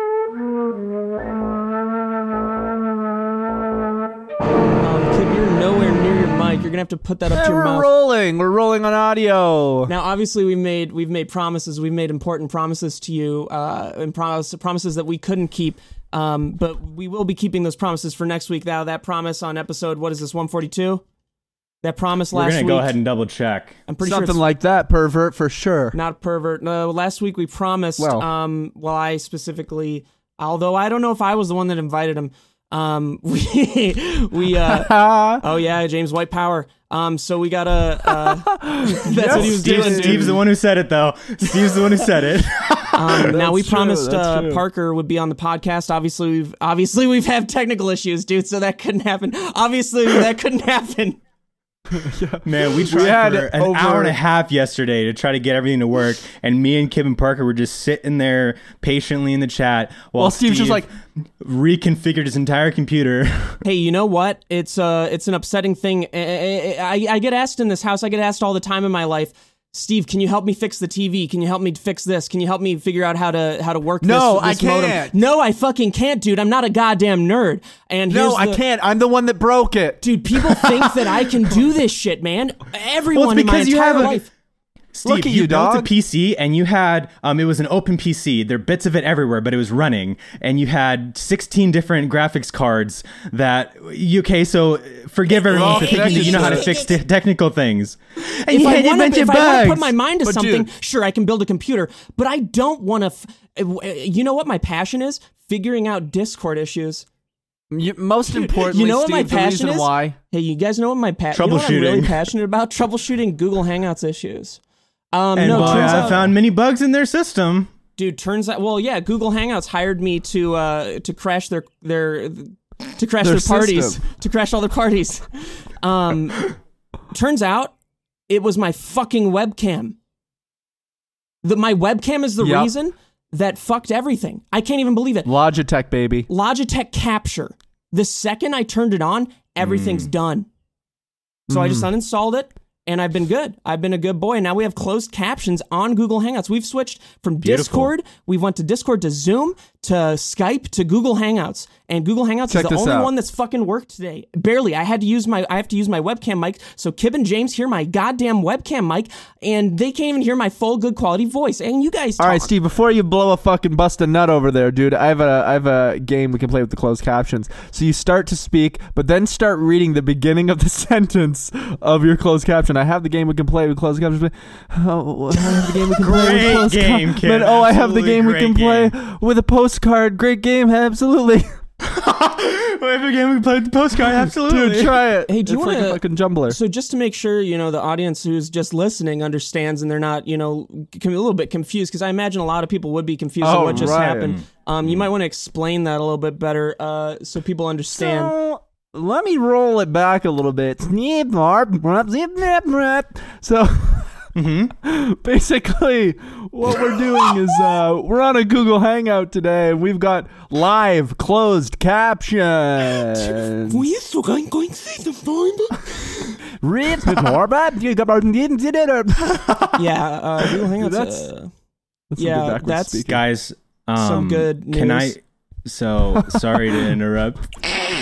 Um, gonna have to put that up to your we're mouth. rolling. We're rolling on audio. Now, obviously, we made we've made promises. We've made important promises to you, uh, and promise, promises that we couldn't keep. Um, but we will be keeping those promises for next week. Now, that promise on episode what is this one forty two? That promise We're last gonna week. go ahead and double check. I'm pretty sure Something it's like that, pervert for sure. not a pervert. No, last week we promised. Well. um, well, I specifically, although I don't know if I was the one that invited him. Um, we we uh, Ah, oh yeah, James White Power. Um, so we got a. Uh, that's what he was Steve, doing. dude. Steve's the one who said it, though. Steve's the one who said it. Um, now we true, promised that's uh, true. Parker would be on the podcast. Obviously, we've obviously we've had technical issues, dude. So that couldn't happen. Obviously, that couldn't happen. Man, we tried had for an over- hour and a half yesterday to try to get everything to work, and me and Kim and Parker were just sitting there patiently in the chat while, While Steve Steve's just like- reconfigured his entire computer. Hey, you know what? It's uh, it's an upsetting thing. I, eh, I, I get asked in this house. I get asked all the time in my life. Steve, can you help me fix the TV? Can you help me fix this? Can you help me figure out how to how to work? No, this, this I modem?" can't. No, I fucking can't, dude. I'm not a goddamn nerd. And no, here's I the- can't. I'm the one that broke it. dude. People think that I can do this shit, man. Everyone in my because you entire have a- life. Steve, Look at you, you, built dog. a PC and you had um, it was an open PC. There are bits of it everywhere, but it was running, and you had 16 different graphics cards. That you- okay? So forgive everyone all for thinking that connected you know how to to it. fix te- technical things. And if you I had wanna- invented if I wanna put bugs. my mind to But something, dude- sure, I can build a computer, but I don't want to. F- eh, you know what my passion is? Figuring out Discord issues. You, most importantly, you know what Steve, my the passion reason is? why. Hey, you guys know what my passion? You know what I'm really Troubleshooting. passionate about troubleshooting Google Hangouts issues. Um, and no, why turns I out, found many bugs in their system. dude. Turns out, well, yeah, Google Hangouts hired me to uh, to crash their their to crash their, Their parties, system. to crash all their parties. Um, turns out it was my fucking webcam. The, my webcam is the Yep. reason that fucked everything. I can't even believe it. Logitech, baby. Logitech Capture. The second I turned it on, Hmm. everything's done. So I just uninstalled it and I've been good. I've been a good boy. Now we have closed captions on Google Hangouts. We've switched from Discord, we went to Discord to Zoom to Skype to Google Hangouts. And Google Hangouts Check is the this only out. one that's fucking worked today. Barely. I had to use my I have to use my webcam mic. So Kib and James hear my goddamn webcam mic and they can't even hear my full good quality voice. And you guys All talk. right, Steve. Before you blow a fucking bust a nut over there, dude, I have a I have a game we can play with the closed captions. So you start to speak, but then start reading the beginning of the sentence of your closed caption. I have the game we can play with closed captions. Oh, I have the game we can play with Great closed game, cap- kid. Man, Oh, I have the Absolutely game we great can play with a postcard. Great game, absolutely, Every game we played the postcard, absolutely. dude. Try it. Hey, do you it's like wanna- a fucking jumbler? So just to make sure, you know, the audience who's just listening understands and they're not, you know, com- a little bit confused because I imagine a lot of people would be confused on Oh, what just right. happened. Um, Mm. you might want to explain that a little bit better uh, so people understand. So, let me roll it back a little bit. Snip, marp, marp, zip, nap, marp. So Mm-hmm. basically, what we're doing is uh, we're on a Google Hangout today, and we've got live closed captions. Rip, marp, marp, you got marp, didn't did it, uh, yeah, uh, Google Hangouts. That's- uh, That's Yeah, some good backwards that's- speaking. Guys, um, Some good Can I? news. So sorry to interrupt.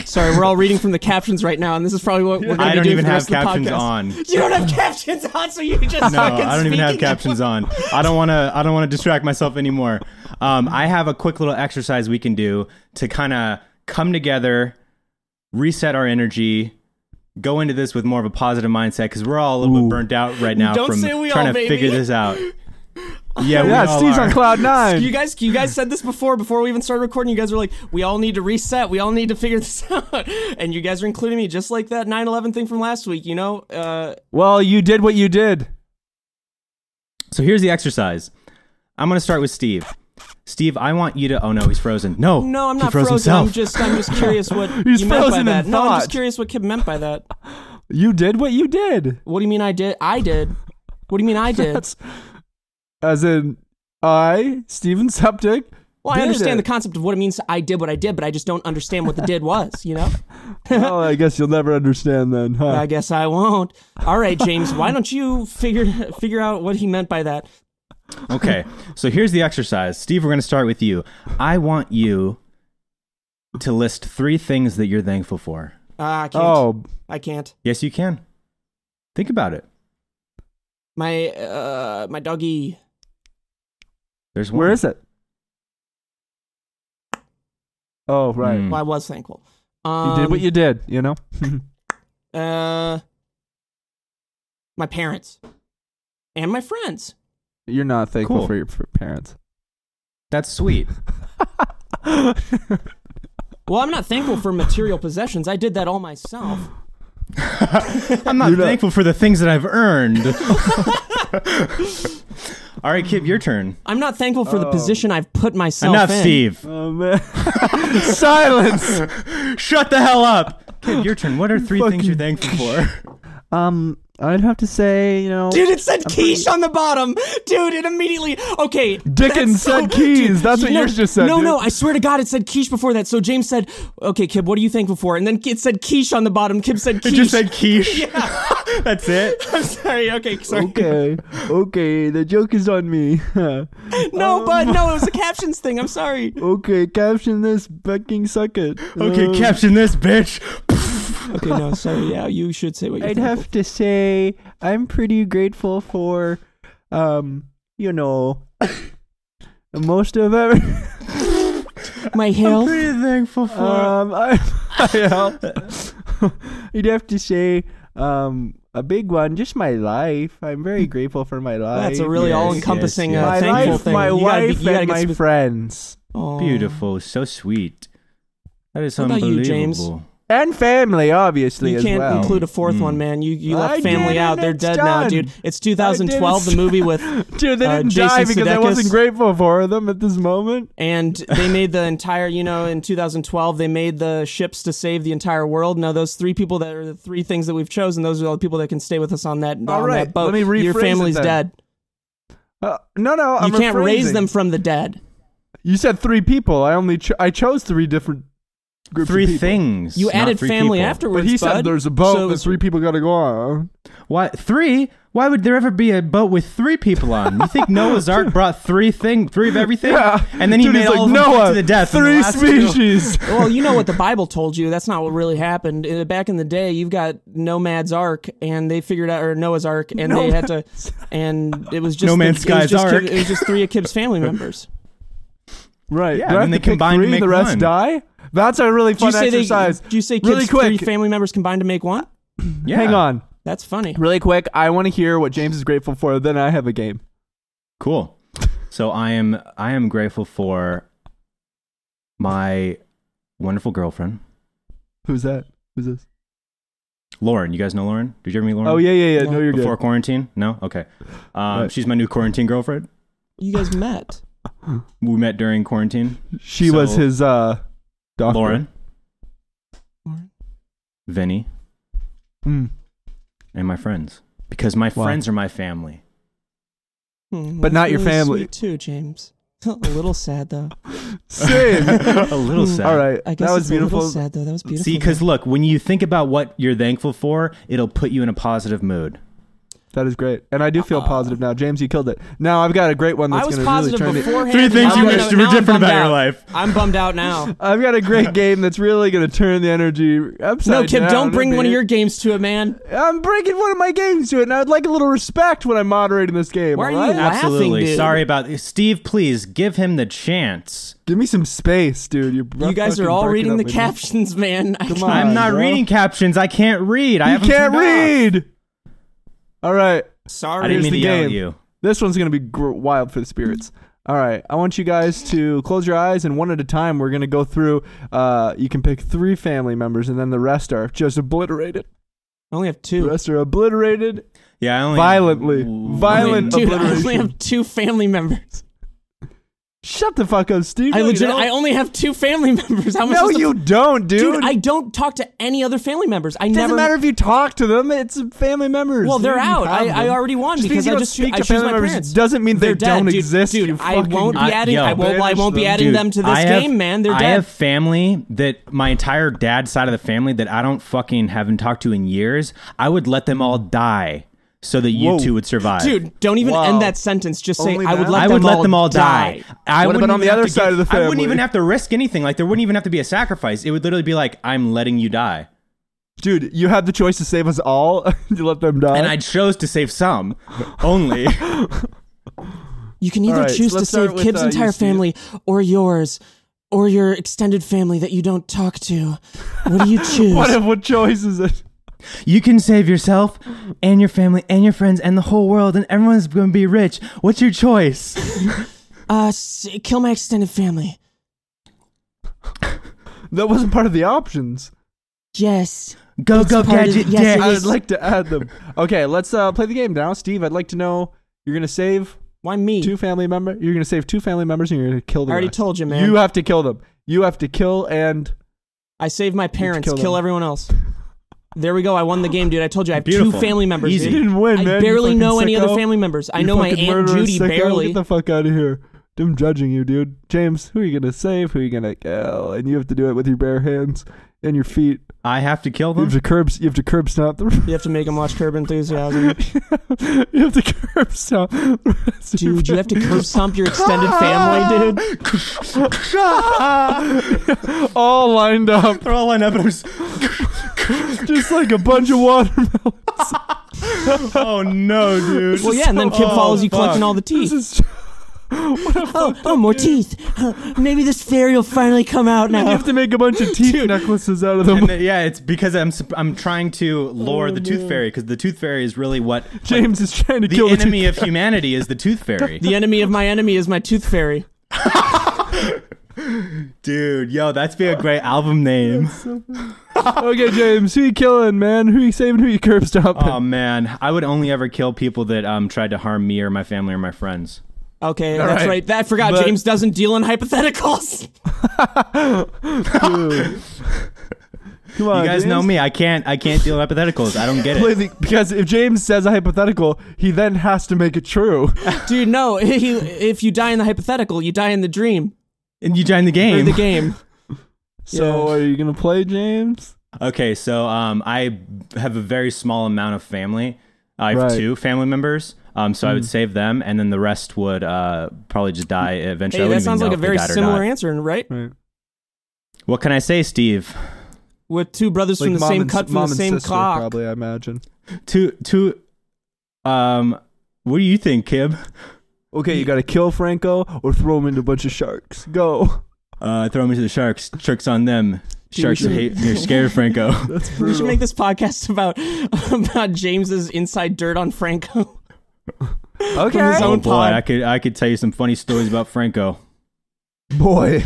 sorry, we're all reading from the captions right now, and this is probably what we're going to be I don't doing even for the have rest of the captions podcast. on. You don't have captions on, so you just No, fucking I don't even have speaking. captions on. I don't want to. I don't want to distract myself anymore. Um, I have a quick little exercise we can do to kind of come together, reset our energy, go into this with more of a positive mindset because we're all a little bit burnt out right now Don't from say we trying all, to baby. figure this out. Yeah, we Yeah, all Steve's are. on cloud nine. You guys, you guys said this before. Before we even started recording, you guys were like, "We all need to reset. We all need to figure this out." And you guys are including me, just like that 9/11 thing from last week. You know, uh, well, you did what you did. So here's the exercise. I'm going to start with Steve. Steve, I want you to. Oh no, he's frozen. No, no, I'm he not froze frozen. Himself. I'm just, I'm just curious what He's you meant by frozen in that. No, I'm just thought. curious what Kip meant by that. You did what you did. What do you mean I did? I did. What do you mean I did? That's as in I, Steven Septic. well, I did understand it. the concept of what it means. I did what I did, but I just don't understand what the did was. You know. well, Oh, I guess you'll never understand then, huh? I guess I won't. All right, James, why don't you figure figure out what he meant by that? Okay, so here's the exercise. Steve, we're going to start with you. I want you to list three things that you're thankful for. Uh, I can't. oh, I can't. Yes, you can. Think about it. My uh my doggy. There's one. Where is it? Oh right, Mm. Well, I was thankful. you Um, did what you did. You know. Uh, my parents and my friends. You're not thankful Cool. for your for parents. That's sweet. Oh, Well, I'm not thankful for material possessions. I did that all myself. I'm not You're not- thankful for the things that I've earned. All right, Kip, your turn. I'm not thankful for the position I've put myself Enough, in. Steve. Oh man! Silence. Shut the hell up. Kip, your turn. What are three Fucking- things you're thankful for? Um, I'd have to say, you know, Dude, it said quiche on the bottom. Dude, it immediately. Okay. Dickens that's so- said keys. That's what no, yours just said, No, dude. no, I swear to God, it said quiche before that. So James said, okay, Kib, what are you thankful for? And then it said quiche on the bottom. Kib said It quiche. just said quiche. That's it. I'm sorry. Okay, sorry. okay, okay, the joke is on me. No, but no, it was a captions thing. I'm sorry. okay, caption this fucking suck it. Okay, Um, caption this, bitch. Okay, no, sorry. Yeah, you should say what you're I'd thankful have to say I'm pretty grateful for, um, you know, most of it. My health. Pretty thankful Uh, for. Um, I, would have to say, um, a big one, just my life. I'm very grateful for my life. Hmm. That's a really yes, all-encompassing yes, yes. Uh, my thankful life, thing. my you gotta be- wife, you gotta and get my spe- friends Aw. Beautiful. So sweet. That is What about unbelievable. you, James? and family, obviously You as can't well. include a fourth Mm. one, man. You you I left did, family out. and They're it's dead now, done. dude. It's 2012, I did, the it's- movie with, Dude, they uh, didn't Jason die because I Sudeikis. wasn't grateful for them at this moment. and they made the entire. You know, in 2012, they made the ships to save the entire world. Now, those three people that are the three things that we've chosen, those are all the people that can stay with us on that, All on right, that boat. let me Your rephrase it family's then. dead. Uh, no, no, I'm you can't raise rephrasing. them from the dead. You said three people. I only cho- I chose three different groups. of Three people. things. You not added three family people. afterwards. But he said bud. there's a boat So it that was- three people got to go on. Why three? Why would there ever be a boat with three people on? You think Noah's Ark brought three thing, three of everything, Yeah. and then he Dude, made he's like, all of them Noah, fight to the death. and the Three last two- species. well, you know what the Bible told you. That's not what really happened. Uh, Back in the day, you've got Nomad's Ark, and they figured out, or Noah's Ark, and they had to, and it was just No Man's the, it was Sky's just Ark. Kib- it was just three of Kib's family members. Right. Yeah, Do I and have they to pick combine to three, make the rest one. die? That's a really Do you fun say exercise. they? Do you say Kib's Really three quick. family members combined to make one? Yeah. Hang on. That's funny. Really quick, I want to hear what James is grateful for, then I have a game. Cool. So I am I am grateful for my wonderful girlfriend, Who's that? Who's this? Lauren. You guys know Lauren? Did you ever meet Lauren? Oh, yeah, yeah, yeah. No. No, you're Before good. quarantine? No. Okay. Um, Right. She's my new quarantine girlfriend. You guys met. We met during quarantine. She was So- his uh, doctor. Lauren, Lauren? Vinny, Mm. and my friends, because my Wow. friends are my family. Hmm, But that's not your really family. sweet too, James. a little sad though. Same. a little sad. All right. I guess That was it's a little beautiful. sad though. That was beautiful. See, because look, when you think about what you're thankful for, it'll put you in a positive mood. That is great. And I do feel Uh-oh. positive now. James, you killed it. Now I've got a great one I was that's going to really positive turn the- beforehand. Three things now you I'm wish gonna- were now I'm different bummed about your out. life. I'm bummed out now. I've got a great game that's really going to turn the energy upside No, Kip, down. don't bring It'll one of be- your games to it, man. I'm bringing one of my games to it, and I'd like a little respect when I'm moderating this game. Why are you alright? laughing? Absolutely. dude. Sorry about Steve. Please give him the chance. Give me some space, dude. You, You guys are all reading the captions, man. I can't- on. I'm not bro. reading captions. I can't read. I You haven't can't turned off. read. All right, Sorry. I didn't Here's mean the to yell at game. you. this one's gonna be gr- wild for the spirits. All right, I want you guys to close your eyes and one at a time. We're gonna go through. Uh, you can pick three family members, and then the rest are just obliterated. I only have The two. rest are obliterated Yeah, I only violently. Ooh. Violent Dude, I only obliteration. have two family members. Shut the fuck up, Steve. I No, you legit. don't. I only have two family members. How am I No, supposed to- you don't, dude. dude, I don't talk to any other family members. I It doesn't never. matter if you talk to them. It's family members. Well, they're dude, you out. have I, I them. already won Just because because you I don't just choo- speak I to choose family my members parents. doesn't mean they They're dead, don't dude. exist, Dude, you I fucking won't be I- adding. yo, I won't. I won't be banish adding Dude, them to this I have- game, man. They're I dead. have family that my entire dad's side of the family that I don't fucking haven't talked to in years. I would let them all die so that you Whoa. two would survive. Dude, don't even Wow. end that sentence. Just say Only I would that? let I them would all let them all die. I What about wouldn't on the even have other to side give- of the I wouldn't family? even have to risk anything. Like there wouldn't even have to be a sacrifice. It would literally be like I'm letting you die. dude, you had the choice to save us all. you let them die. and I chose to save some only. You can either right, so choose to let's start save with, Kib's uh, you, entire Steve. family or yours or your extended family that you don't talk to. What do you choose? what, if- what choice is it? you can save yourself and your family and your friends and the whole world, and everyone's going to be rich. What's your choice? uh, s- kill my extended family. That wasn't part of the options. Yes. Go, It's go, part of- gadget, yes, it dick. I is. would like to add them. Okay, let's uh, play the game now. Steve, I'd like to know you're gonna save Why me? two family member. You're gonna save two family members, and you're gonna kill I them. already told you, man. You have to kill them. You have to kill and I saved my parents. kill Kill, them. everyone else. There we go. I won the game, dude. I told you I have two Beautiful. family members. Easy. you dude. didn't win, I man. you barely fucking know any other sicko. family members. I You know my fucking aunt murderous Judy sicko. barely. Get the fuck out of here. I'm judging you, dude. James, who are you gonna save? Who are you gonna kill? And you have to do it with your bare hands and your feet. I have to kill You have them. to curb. You have to curb stomp them. you have to make them watch Curb Enthusiasm, you have to curb stomp. dude. You have to curb stomp your extended family, dude. all lined up, They're all lined up, and I'm just, just like a bunch of watermelons. oh no, dude. Well, yeah, and then Kib Oh, follows you collecting fuck. all the teeth. This is- Oh, oh, more teeth. Huh, Maybe this fairy will finally come out you now. have to make a bunch of teeth necklaces out of them. And then, yeah, it's because I'm sup- I'm trying to Oh, lure the tooth fairy because the tooth fairy is really what James is trying to the kill enemy of humanity is the tooth fairy. The enemy of my enemy is my tooth fairy. Dude, yo, that's be a great album name. the. okay, James, who you killing, man? Who you saving? Who you curb stomping? Oh man, I would only ever kill people that um tried to harm me or my family or my friends. Okay, that's right. right. That, I forgot. But- James doesn't deal in hypotheticals. Dude. Come on, Uh, You guys James. know me. I can't. I can't deal with hypotheticals. I don't get Play it. the- because if James says a hypothetical, he then has to make it true. Dude, no. He, if you die in the hypothetical, you die in the dream And you join or the game. the game. So, Yeah. are you gonna play, James? Okay, so um, I have a very small amount of family. I have Right. Mm. two family members. Um, so I would save them, and then the rest would uh, probably just die eventually. I Hey, that wouldn't even sounds like a know if they very died or similar not. answer, right? Right. What can I say, Steve? With two brothers from the mom same and- cut from mom the and same sister, clock. probably. I imagine. Two, two. Um, what do you think, Kib? Okay, you gotta kill Franco or throw him into a bunch of sharks. Go. Uh, throw me to the sharks. Sharks on them. Dude, we Sharks are should- hate. You're scared, Franco. That's brutal. We should make this podcast about about James's inside dirt on Franco. okay. his oh own boy, pod. I could I could tell you some funny stories about Franco. boy.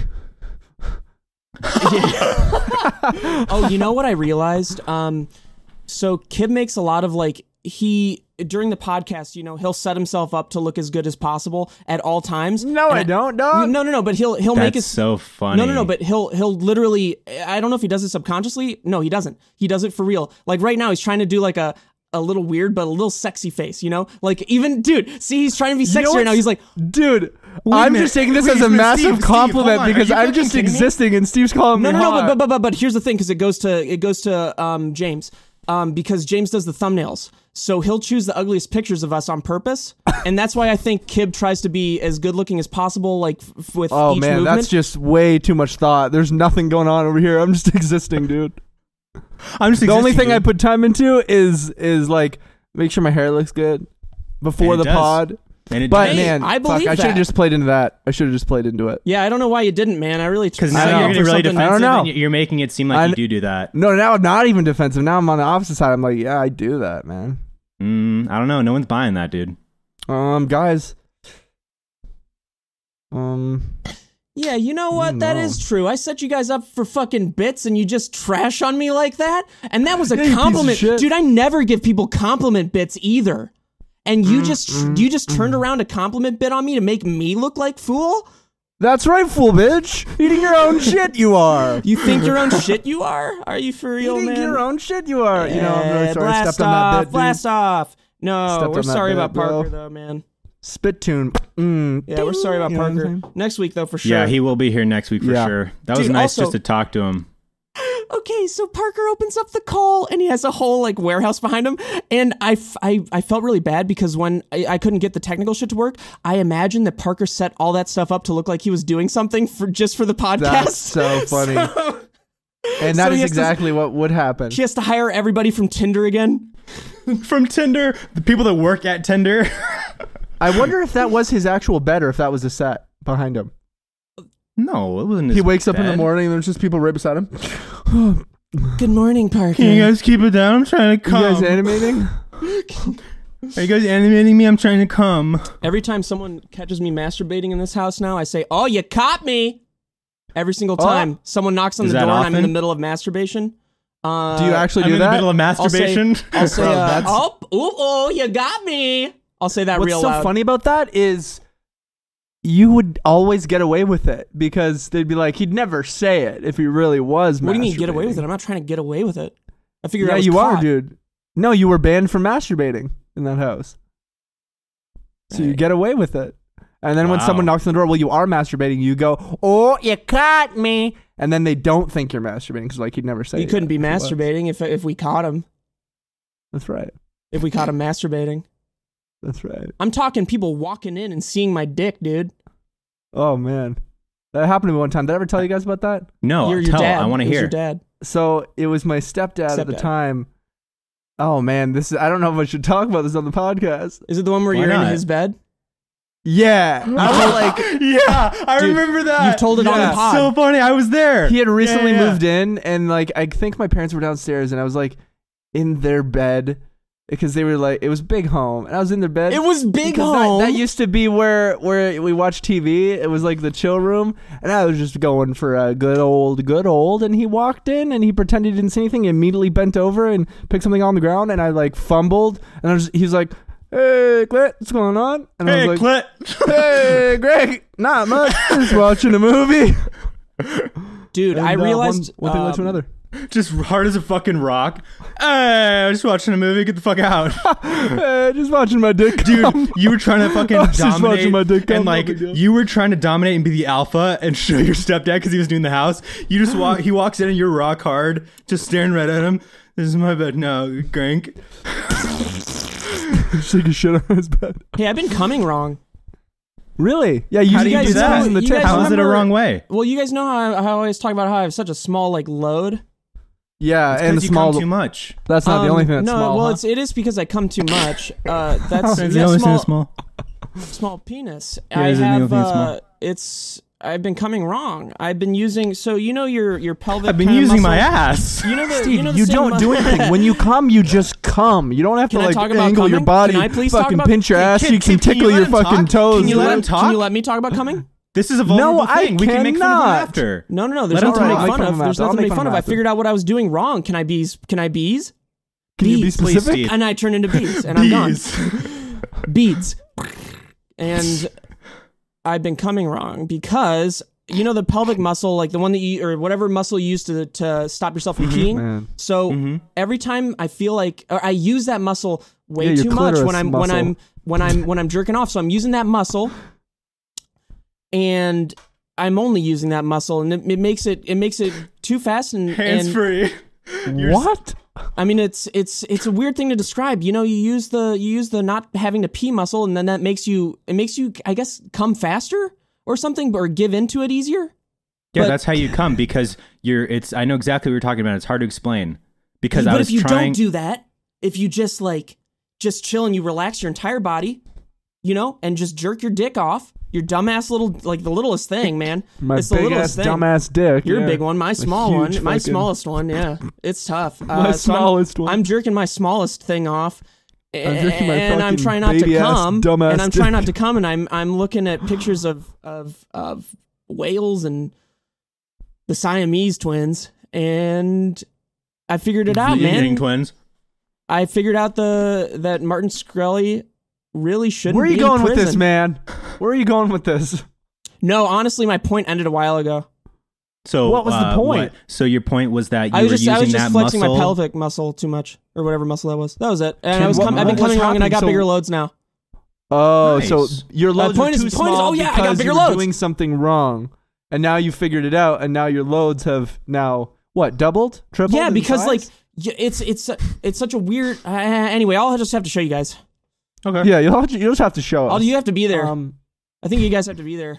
oh, you know what I realized? Um, so Kib makes a lot of like he during the podcast. You know, he'll set himself up to look as good as possible at all times. No, And I don't. No. No, no, no. But he'll he'll make his That's so funny. no, no, no. But he'll he'll literally. I don't know if he does it subconsciously. No, he doesn't. He does it for real. Like right now, he's trying to do like a a little weird but a little sexy face. You know, like even dude. See, he's trying to be sexy know right now. what's- He's like, Dude, I'm minute. just taking this Wait as a a minute, massive Steve, Steve, compliment hold on. Are because you I'm fucking just kidding me? existing and Steve's calling no, me no, no. hot. But, but but but here's the thing, because it goes to it goes to um James. Um, because James does the thumbnails, so he'll choose the ugliest pictures of us on purpose, and that's why I think Kib tries to be as good looking as possible, like f- with oh each man, movement. that's just way too much thought. There's nothing going on over here. I'm just existing, dude. I'm just the only thing I existing, put time into is is like make sure my hair looks good before And the it does. pod. dude. and it But Hey, man, I fuck, believe I should have that. just played into that. I should have just played into it. yeah, I don't know why you didn't, man. I really because I don't now you're know. getting really something- defensive. I don't and know. You're making it seem like I- you do do that. No, now I'm not even defensive. Now I'm on the opposite side. I'm like, yeah, I do that, man. Mm, I don't know. No one's buying that, dude. Um, guys. Um, Yeah, you know what? That No. is true. I set you guys up for fucking bits and you just trash on me like that? And that was a Yeah, you piece of compliment. shit. Dude, I never give people compliment bits either. And Mm, you just you just turned around a compliment bit on me to make me look like fool? that's right, fool bitch. Eating your own shit, you are. You think your own shit you are? Are you for real, Eating man? your own shit, you are. you know, I'm Yeah, really sorry. I Blast Stepped off, on that bit, blast off. No, Stepped we're on that sorry bit, about Parker bro. though, man. Spit tune. Mm. Yeah, we're sorry about You know what I'm Parker. saying? Next week though for sure. Yeah, he will be here next week for Yeah. sure. That was Dude, nice also- just to talk to him. okay, so Parker opens up the call and he has a whole like warehouse behind him. And I, f- I, I felt really bad because when I, I couldn't get the technical shit to work, I imagine that Parker set all that stuff up to look like he was doing something for just for the podcast. That's so funny. And So that is he has to- exactly what would happen. She has to hire everybody from Tinder again. From Tinder, the people that work at Tinder. I wonder if that was his actual bed or if that was a set behind him. no, it wasn't. He his wakes up in the bed. morning and there's just people right beside him. Good morning, Parker. Can you guys keep it down? I'm trying to You come. guys animating? Are you guys animating me? I'm trying to come. Every time someone catches me masturbating in this house now, I say, "Oh, you caught me!" Every single Oh. time someone knocks on Is the that door, and I'm in often? the middle of masturbation. Uh, Do you actually I'm do in the that? middle of I'll say, masturbation. I'll say, Bro, uh, that's- "Oh, ooh, oh, you got me!" I'll say that What's real so loud. funny about that is you would always get away with it because they'd be like, he'd never say it if he really was. What do you mean get away masturbating. with it? I'm not trying to get away with it. I figured Yeah, I was you caught. are, dude. No, you were banned from masturbating in that house. So you Right. get away with it. And then when Wow. someone knocks on the door, well, you are masturbating, you go, oh, you caught me. And then they don't think you're masturbating because, like, you'd never say He it couldn't be if it was. masturbating if if we caught him. That's right. If we caught him masturbating, That's right. I'm talking people walking in and seeing my dick, dude. Oh, man. That happened to me one time. Did I ever tell you guys about that? no, You're your Oh, tell. dad. I want to It was hear. your dad. so it was my stepdad, at the Stepdad. time. Oh man, this is I don't know if I should talk about this on the podcast. Is it the one where Why you're in not? his bed? Yeah. I was like yeah, I Dude, remember that. you've told it on the Yeah. pod. So funny. I was there. he had recently Yeah, yeah, yeah. moved in and like I think my parents were downstairs and I was like in their bed because they were like it was big home and I was in their bed. It was big because that- home. That, used to be where where we watched TV. It was like the chill room, and I was just going for a good old, good old. And he walked in, and he pretended he didn't see anything. He immediately bent over and picked something on the ground, and I like fumbled, and I was he was like, "Hey, Clint, what's going on?" And I Hey, was like, Clit. "Hey, Greg, not much. Just watching a movie." Dude, I And, uh, one- realized one, thing led to um, another. just hard as a fucking rock. Hey, I was just watching a movie. Get the fuck out. Hey, just watching my dick, Dude, you were trying to fucking I was just dominate, watching my dick come, and no like big deal. you were trying to dominate and be the alpha and show your stepdad because he was doing the house. You just walk. He walks in and you're rock hard, just staring right at him. This is my bed now, Grank. Just take a shit on his bed. Hey, I've been coming wrong. Really? Yeah. You, How do you guys do that? lose in the You tip. guys How is it a remember- wrong way? Well, you guys know how I, how I always talk about how I have such a small like load. Yeah, and the you come small. too much. That's not the Um, only thing that's no, small. well, huh? it's it is because I come too much. Uh, that's Is yeah, the only thing small, that's small. small penis. Yeah, I is it the only have thing that's uh, small? it's. I've been coming wrong. I've been using. So you know your your pelvic. I've been kinda using my muscles- ass. You know the Steve, you, you, know the same don't mu- do anything. when you come, you just come. You don't have Can I to talk like about angle your coming? body, Can I please talk fucking about- pinch your Hey, ass. kid, you can kid, can tickle you your let him fucking talk? toes. Can you Let let him me- Can talk? you let me talk about coming? This is a No, vulnerable I thing. We can make fun of them cannot. after. No, no, no. There's Let him nothing to talk. make I'll fun make fun of. of him There's after. I'll nothing to make make fun fun of of. him I after. figured out what I was doing wrong. Can I be? Can I bees? Can I Can you be Please, specific? Steve. And I turn into bees, and I'm gone. Bees. beads. And I've been coming wrong because you know the pelvic muscle, like the one that you or whatever muscle you use to to stop yourself from Mm-hmm. peeing. Man. So Mm-hmm. every time I feel like or I use that muscle way Yeah, your too much when clitoris I'm when muscle. I'm when I'm when I'm jerking off. So I'm using that muscle, and I'm only using that muscle, and it, it makes it it makes it too fast and Hands and, free. What? I mean, it's it's it's a weird thing to describe. You know, you use the you use the not having to pee muscle, and then that makes you it makes you I guess come faster or something, or give into it easier. Yeah, But- that's how you come because you're. It's. I know exactly what you're talking about. It's hard to explain because I But was if you trying. don't do that, if you just like just chill and you relax your entire body, you know, and just jerk your dick off, your dumbass little like the littlest thing, man. My it's the big littlest ass thing. dumbass dick. Your yeah. big one, my small one, huge my fucking- smallest one. Yeah, it's tough. Uh, My so I'm- smallest one. I'm jerking my smallest thing off, jerking my and I'm fucking trying not to baby-ass come, dumbass and I'm trying not to dick. come, and I'm I'm looking at pictures of of of whales and the Siamese twins, and I figured it the out, Yang man. twins. I figured out the that Martin Shkreli really shouldn't. Where are you be in going with this, prison. man? Where are you going with this? No, honestly, my point ended a while ago. So What was the uh, point? what- So your point was that you I were was just using I was that just flexing muscle. my pelvic muscle too much or whatever muscle that was. That was it. And Dude, I was what- com- I've been what was coming wrong and I got happening? bigger So- loads now. Oh, Nice. so your loads Uh, point were is- too point is- small oh, yeah, I got because bigger you were loads. doing something wrong, and now you figured it out, and now your loads have now what doubled, tripled? yeah, in because size? like y- it's it's it's such a weird. Uh, anyway, I'll just have to show you guys. Okay. yeah, you'll have to, you'll just have to show us. I'll, you have to be there. Um, I think you guys have to be there.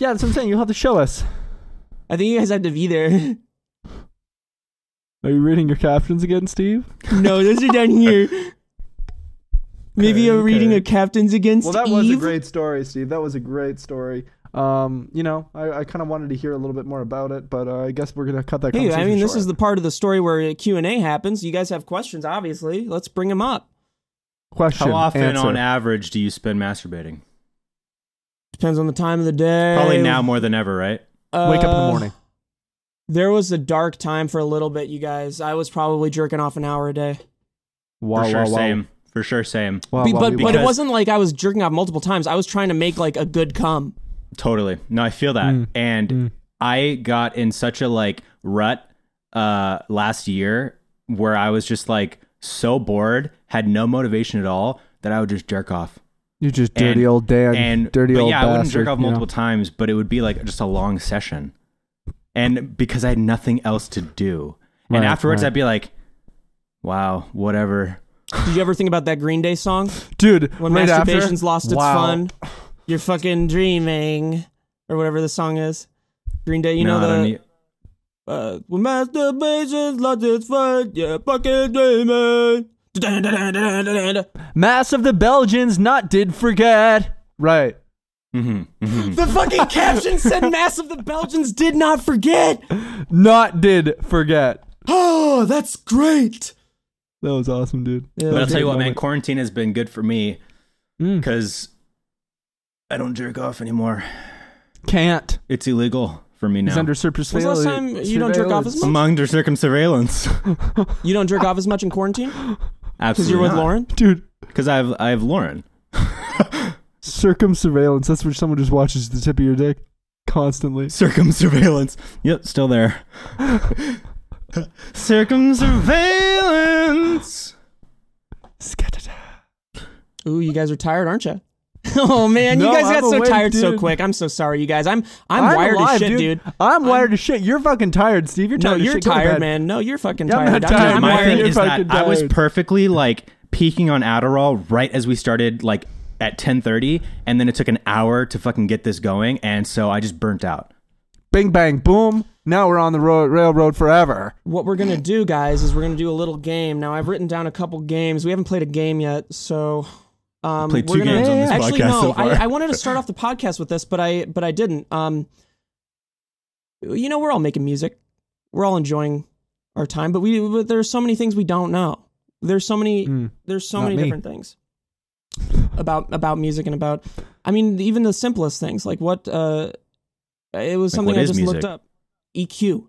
yeah, that's what I'm saying. You'll have to show us. I think you guys have to be there. Are you reading your captions again, Steve? No, those are down here. Maybe Okay, you're reading okay. a captain's against Well, that Eve. was a great story, Steve. That was a great story. Um, you know, I, I kind of wanted to hear a little bit more about it, but uh, I guess we're gonna cut that. hey, conversation I mean, this short. is the part of the story where a Q&A happens. You guys have questions, obviously. Let's bring them up. question. How often, answer. on average, do you spend masturbating? Depends on the time of the day. Probably now more than ever, right? Wake up in the Uh, morning. There was a dark time for a little bit, you guys. I was probably jerking off an hour a day. Wow, For sure, wow, wow. same. For sure, same. Wow, Be- wow, but wow. but it Because- wasn't like I was jerking off multiple times. I was trying to make like a good cum. Totally. No, I feel that. Hmm. Mm. And Mm. I got in such a like rut uh last year where I was just like so bored, had no motivation at all that I would just jerk off. you just and- dirty old Dan, and dirty but old yeah, I wouldn't bastard, jerk off you know? multiple times, but it would be like just a long session. And because I had nothing else to do. and Right, afterwards right. I'd be like, Wow, whatever. Did you ever think about that Green Day song? Dude, When right after- masturbation's lost its Wow. fun. You're fucking dreaming. Or whatever the song is. Green Day, you No, I know don't e- the need- uh, when masturbation's lost its fun, you're fucking dreaming. The Mass of the Belgians not did forget. Right. Mhm, mhm. fucking caption said mass of the Belgians did not forget. Not did forget. Oh, that's great. That was awesome, dude. Yeah. But I'll tell you what, man, moment. quarantine has been good for me Mm. because I don't jerk off anymore. Can't. It's illegal for me now. He's under surface When's the last time you don't jerk off as much? I'm under circum surveillance. You don't jerk off as much in quarantine because Absolutely. you're with Lauren. Dude, Because I have I have Lauren. circum surveillance. That's where someone just watches the tip of your dick constantly. Circum surveillance. Yep, still there. circum surveillance. Skadada. Ooh, you guys are tired, aren't you? oh man, No, you guys I'm got so awake, tired so dude. quick. I'm so sorry, you guys. I'm I'm, wired alive, as shit, dude. I'm wired as shit. You're fucking tired, Steve. You're No, tired. as you're shit. Go to tired, bed. man. No, you're fucking Yeah, I'm tired. not tired, I'm man. My wired. thing You're is that fucking I was tired. perfectly like peaking on Adderall right as we started like at 10:30, and then it took an hour to fucking get this going, and so I just burnt out. Bing bang boom. Now we're on the road, railroad forever. What we're gonna do, guys, is we're gonna do a little game. Now, I've written down a couple games. We haven't played a game yet, so um, Played we're two gonna- games on this Actually, podcast no. so far. I, I wanted to start off the podcast with this, but I but I didn't. Um, you know, we're all making music. We're all enjoying our time, but we but there's so many things we don't know. There's so many Mm. there's so Not many me. different things about about music and about. I mean, even the simplest things like what uh, it was Like, something what I is just looked music? up. E EQ.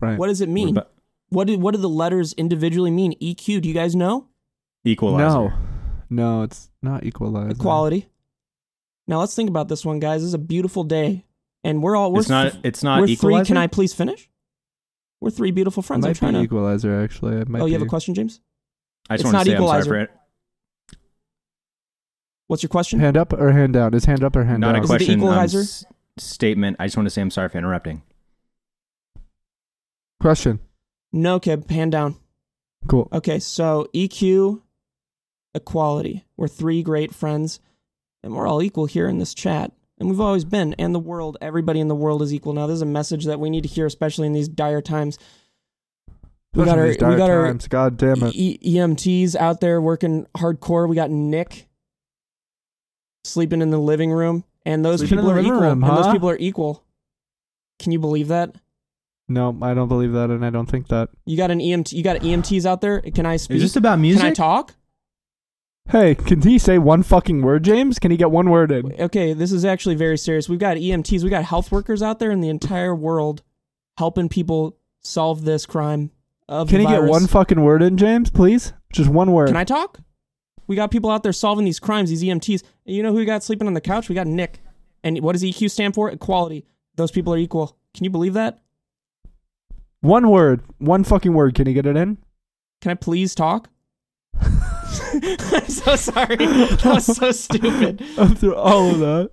Right. What does it mean? But- What do, what do the letters individually mean? EQ. Do you guys know? Equalizer. No. No, it's not equalized. Equality. Now let's think about this one, guys. This is a beautiful day, and we're all we're it's not. th- It's not we're equalizer. three. Can I please finish? We're three beautiful It friends. I'm might trying be to. equalizer actually. It might oh, you be. have a question, James? I just It's want to not say I'm sorry equalizer. for it. What's your question? Hand up or hand down? Is hand up or hand Not a Is down? it the question. um, equalizer? s- statement. I just want to say I'm sorry for interrupting. question. No, Kib. Hand down. Cool. Okay, so EQ, equality. We're three great friends, and we're all equal here in this chat. And we've always been, and the world, everybody in the world is equal. Now, this is a message that we need to hear, especially in these dire times. We got our, we Those are these got dire our times. God damn it. E- EMTs out there working hardcore. We got Nick sleeping in the living room, and those Sleeping in people the are living equal. room, And huh? those people are equal. Can you believe that? No, I don't believe that, and I don't think that. You got an EMT. You got EMTs out there. Can I speak? Is this about music? Can I talk? Hey, can he say one fucking word, James? Can he get one word in? Okay, this is actually very serious. We've got EMTs. We got health workers out there in the entire world helping people solve this crime of Can the he get virus. one fucking word in, James? Please, just one word. Can I talk? We got people out there solving these crimes, these EMTs. And you know who we got sleeping on the couch? We got Nick. And what does EQ stand for? Equality. Those people are equal. Can you believe that? one word, one fucking word. Can he get it in? Can I please talk? I'm so sorry. That was so stupid. After all of that,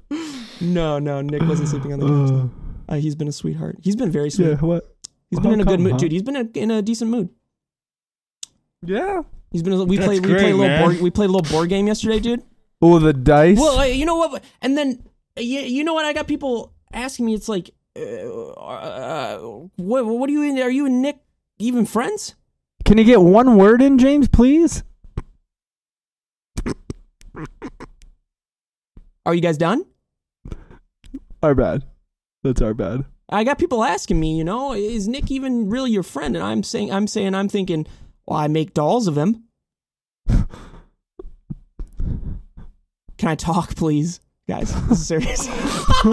No, no, Nick wasn't sleeping on the couch. uh, Uh, he's been a sweetheart. He's been very sweet. yeah. What? he's been how in a good come, mood, huh? dude. He's been in a, in a decent mood. Yeah. He's been. We That's played. We great, played a little man. board. We played a little board game yesterday, dude. Oh, the dice. Well, uh, you know what? And then uh, you, you know what? I got people asking me. It's like, What, what are you in? Are you and Nick even friends? Can you get one word in, James, please? Are you guys done? Our bad. That's our bad. I got people asking me, you know, is Nick even really your friend? And I'm saying, I'm saying, I'm thinking, well, I make dolls of him. Can I talk, please, guys? This is serious. Fuck,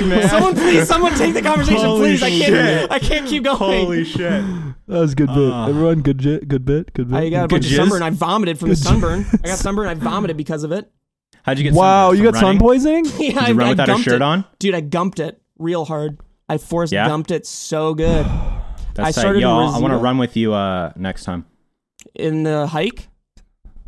man. someone, please, someone take the conversation, Holy please. I can't, shit. I can't keep going. Holy shit. That was a good bit. Ah. Everyone, good bit. Good bit. Good bit. I Ah, got a Good bunch jizz? of sunburn. I vomited from the sunburn. I got sunburn. I vomited because of it. How'd you get? wow, sunburned? you From got sun running? poisoning? Yeah, Did you run without a gumped shirt it. on? dude. I gumped it real hard. I forced Yeah? gumped it so good That's I tight. started in Yo, I want to Reseda. run with you uh, next time. in the hike.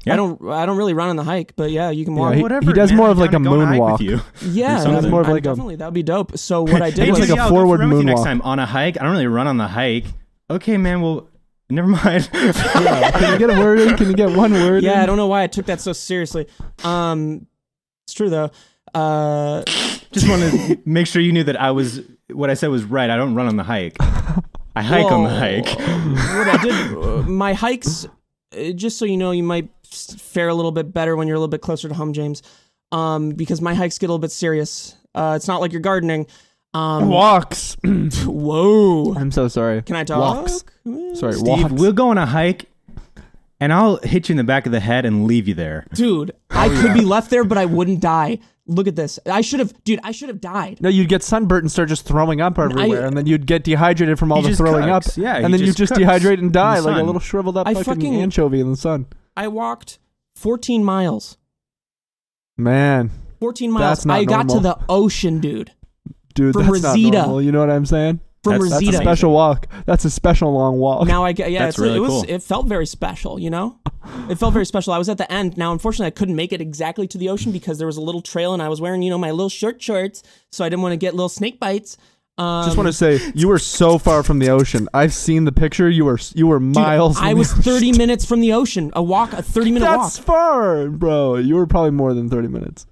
Yeah. I don't. I don't really run on the hike, but yeah, you can walk. he- Yeah, Whatever. he does man. more I'm of like down a to go on hike moonwalk. with you. yeah something. that, More of I'm like a- definitely that would be dope. So what I did It's was like a dude, yeah, I'll go forward for a run with you moonwalk. Next time on a hike, I don't really run on the hike. Okay, man. Well, never mind. Can you get a word in? Can you get one word in? yeah, I don't know why I took that so seriously. Um, it's true though. Uh, Just want to make sure you knew that I was what I said was right. I don't run on the hike. I hike on the Well, hike. what I did, uh, my hikes, uh, just so you know, you might s- fare a little bit better when you're a little bit closer to home, James, um, because my hikes get a little bit serious. Uh, it's not like you're gardening. Um, Walks. whoa. I'm so sorry. Can I talk? Walks. Sorry, Steve, walks. we'll go on a hike, and I'll hit you in the back of the head and leave you there. Dude, Oh, I could be left there, but I wouldn't die. Look at this. I should have, dude, I should have died. no, you'd get sunburnt and start just throwing up everywhere, and then you'd get dehydrated from all He the just throwing cooks. up. Yeah, he and then you just just cooks dehydrate in and die the like a sun. little shriveled up I fucking, fucking- anchovy in the sun. I walked 14 miles. Man, 14 miles. That's not I got to normal. the ocean, dude. dude, From that's not Reseda. normal. You know what I'm saying? From That's- that's Reseda. That's a amazing. special walk. That's a special long walk. now I get yeah, That's it's, really it was cool. it felt very special, you know? It felt very special. I was at the end. Now unfortunately I couldn't make it exactly to the ocean because there was a little trail and I was wearing, you know, my little short shorts, so I didn't want to get little snake bites. Um, just want to say you were so far from the ocean. I've seen the picture. You were you were dude, miles. I from was the ocean. 30 minutes from the ocean. A walk, a 30 minute That's walk. far, bro. You were probably more than thirty minutes.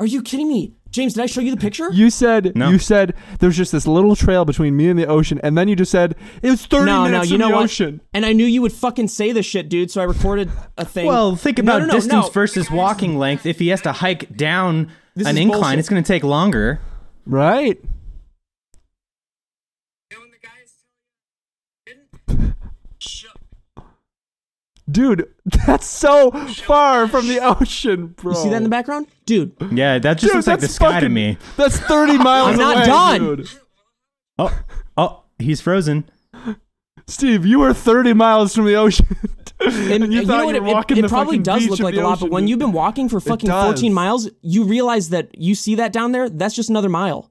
Are you kidding me? James, did I show you the picture? You said No. you said there's just this little trail between me and the ocean, and then you just said it was thirty no, no, minutes you from know the what? ocean. And I knew you would fucking say this shit, dude, so I recorded a thing. Well, think No, about no, no, distance no. versus walking length. If he has to hike down This an is incline, bullshit. it's going to take longer. Right? Dude, that's so far from the ocean, bro. You see that in the background? Dude, Yeah, that just Dude, looks like the that's sky to fucking- me. That's 30 miles I'm not away, done. dude. Oh, oh, he's frozen. Steve, you were 30 miles from the ocean. It, and you you thought know what? you It, were walking it, the it probably fucking does beach look of like the a lot, but ocean, when dude. you've been walking for fucking does. 14 miles, you realize that you see that down there, that's just another mile.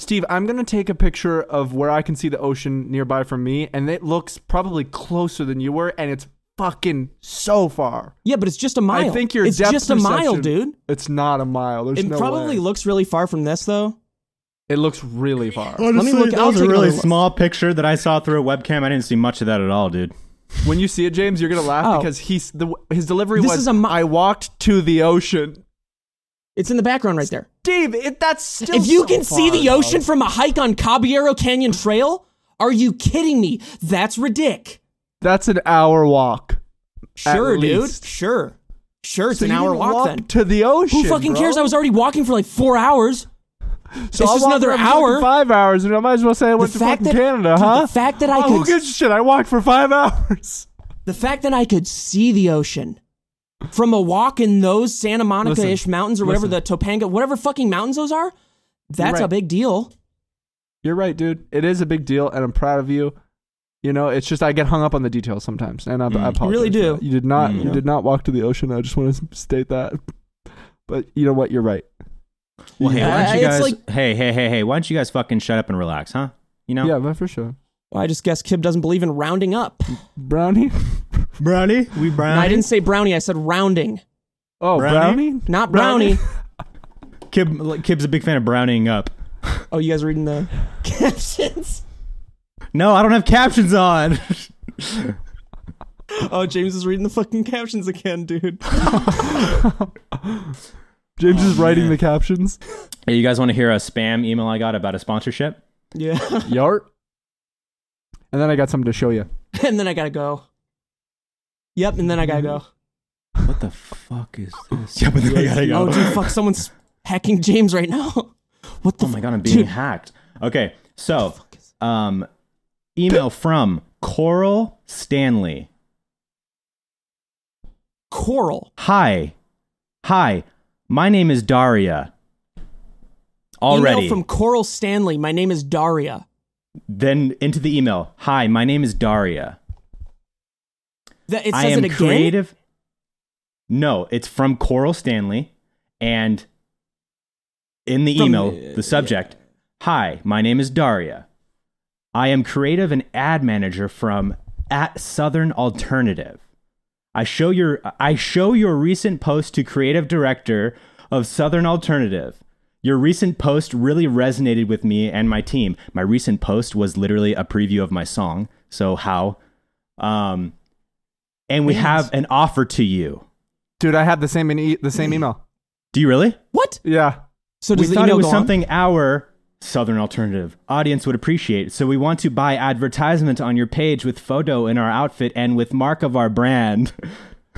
Steve, I'm going to take a picture of where I can see the ocean nearby from me, and it looks probably closer than you were, and it's fucking so far. Yeah, but it's just a mile. I think your it's depth just a mile, perception- dude. It's not a mile. There's It no probably way. looks really far from this, though. It looks really far. Honestly, look- That I'll was a take really another look. small picture that I saw through a webcam. I didn't see much of that at all, dude. When you see it, James, you're gonna laugh Oh. because he's the his delivery This was is a mi- I walked to the ocean. It's in the background right there. Dave, it, that's still if you so can see far, the bro. ocean from a hike on Caballero Canyon Trail, are you kidding me? That's ridiculous. that's an hour walk. At Sure, dude. least. Sure. Sure, it's So an you hour didn't walk, walk then. to the ocean. Who fucking bro. cares? I was already walking for like four hours. So It's I just walked another for fucking hour. Five hours, and I might as well say I went to fact fucking that- Canada, dude, huh? the fact that I oh, could who gives a shit? I walked for five hours. The fact that I could see the ocean from a walk in those Santa Monica ish Listen, mountains or whatever listen. the Topanga, whatever fucking mountains those are, that's right. a big deal. You're right, dude. It is a big deal, and I'm proud of you. You know, it's just I get hung up on the details sometimes, and I, I apologize. You really for do. that. Mm, You did not. Mm. You did not walk to the ocean. I just want to state that. But you know what? You're right. Well, hey, why Yeah, don't you it's guys? like- hey, hey, hey, hey! Why don't you guys fucking shut up and relax, huh? You know, Yeah, but for sure. Well, I just guess Kib doesn't believe in rounding up. Brownie. brownie, we brownie. And I didn't say brownie, I said rounding. Oh, Brownie? brownie. Not brownie. Kib, like, Kib's a big fan of browning up. oh, you guys are reading the captions? No, I don't have captions on. Oh, James is reading the fucking captions again, dude. James is writing the captions. Hey, you guys want to hear a spam email I got about a sponsorship? Yeah. Yart. And then I got something to show you. and then I gotta go. Yep, and then I gotta go. What the fuck is this? Yeah, but then I gotta go. Oh, dude, fuck! Someone's hacking James right now. What the? Oh my fuck? god, I'm being Dude. hacked. Okay, so Fuck is- um, email from Coral Stanley. Coral. Hi, hi. My name is Daria. Already, Email from Coral Stanley. My name is Daria. then into the email. Hi, my name is Daria. That it says I am it again. creative. No, it's from Coral Stanley, and in the From- email, the subject. Hi, my name is Daria. I am creative and ad manager from at Southern Alternative. I show your I show your recent post to creative director of Southern Alternative. Your recent post really resonated with me and my team. My recent post was literally a preview of my song. So how um and we Yes. have an offer to you. Dude, I had the same in e- the same email. Do you really? What? Yeah. So we does the thought it email was go on? something our Southern alternative audience would appreciate. So we want to buy advertisement on your page with photo in our outfit and with mark of our brand.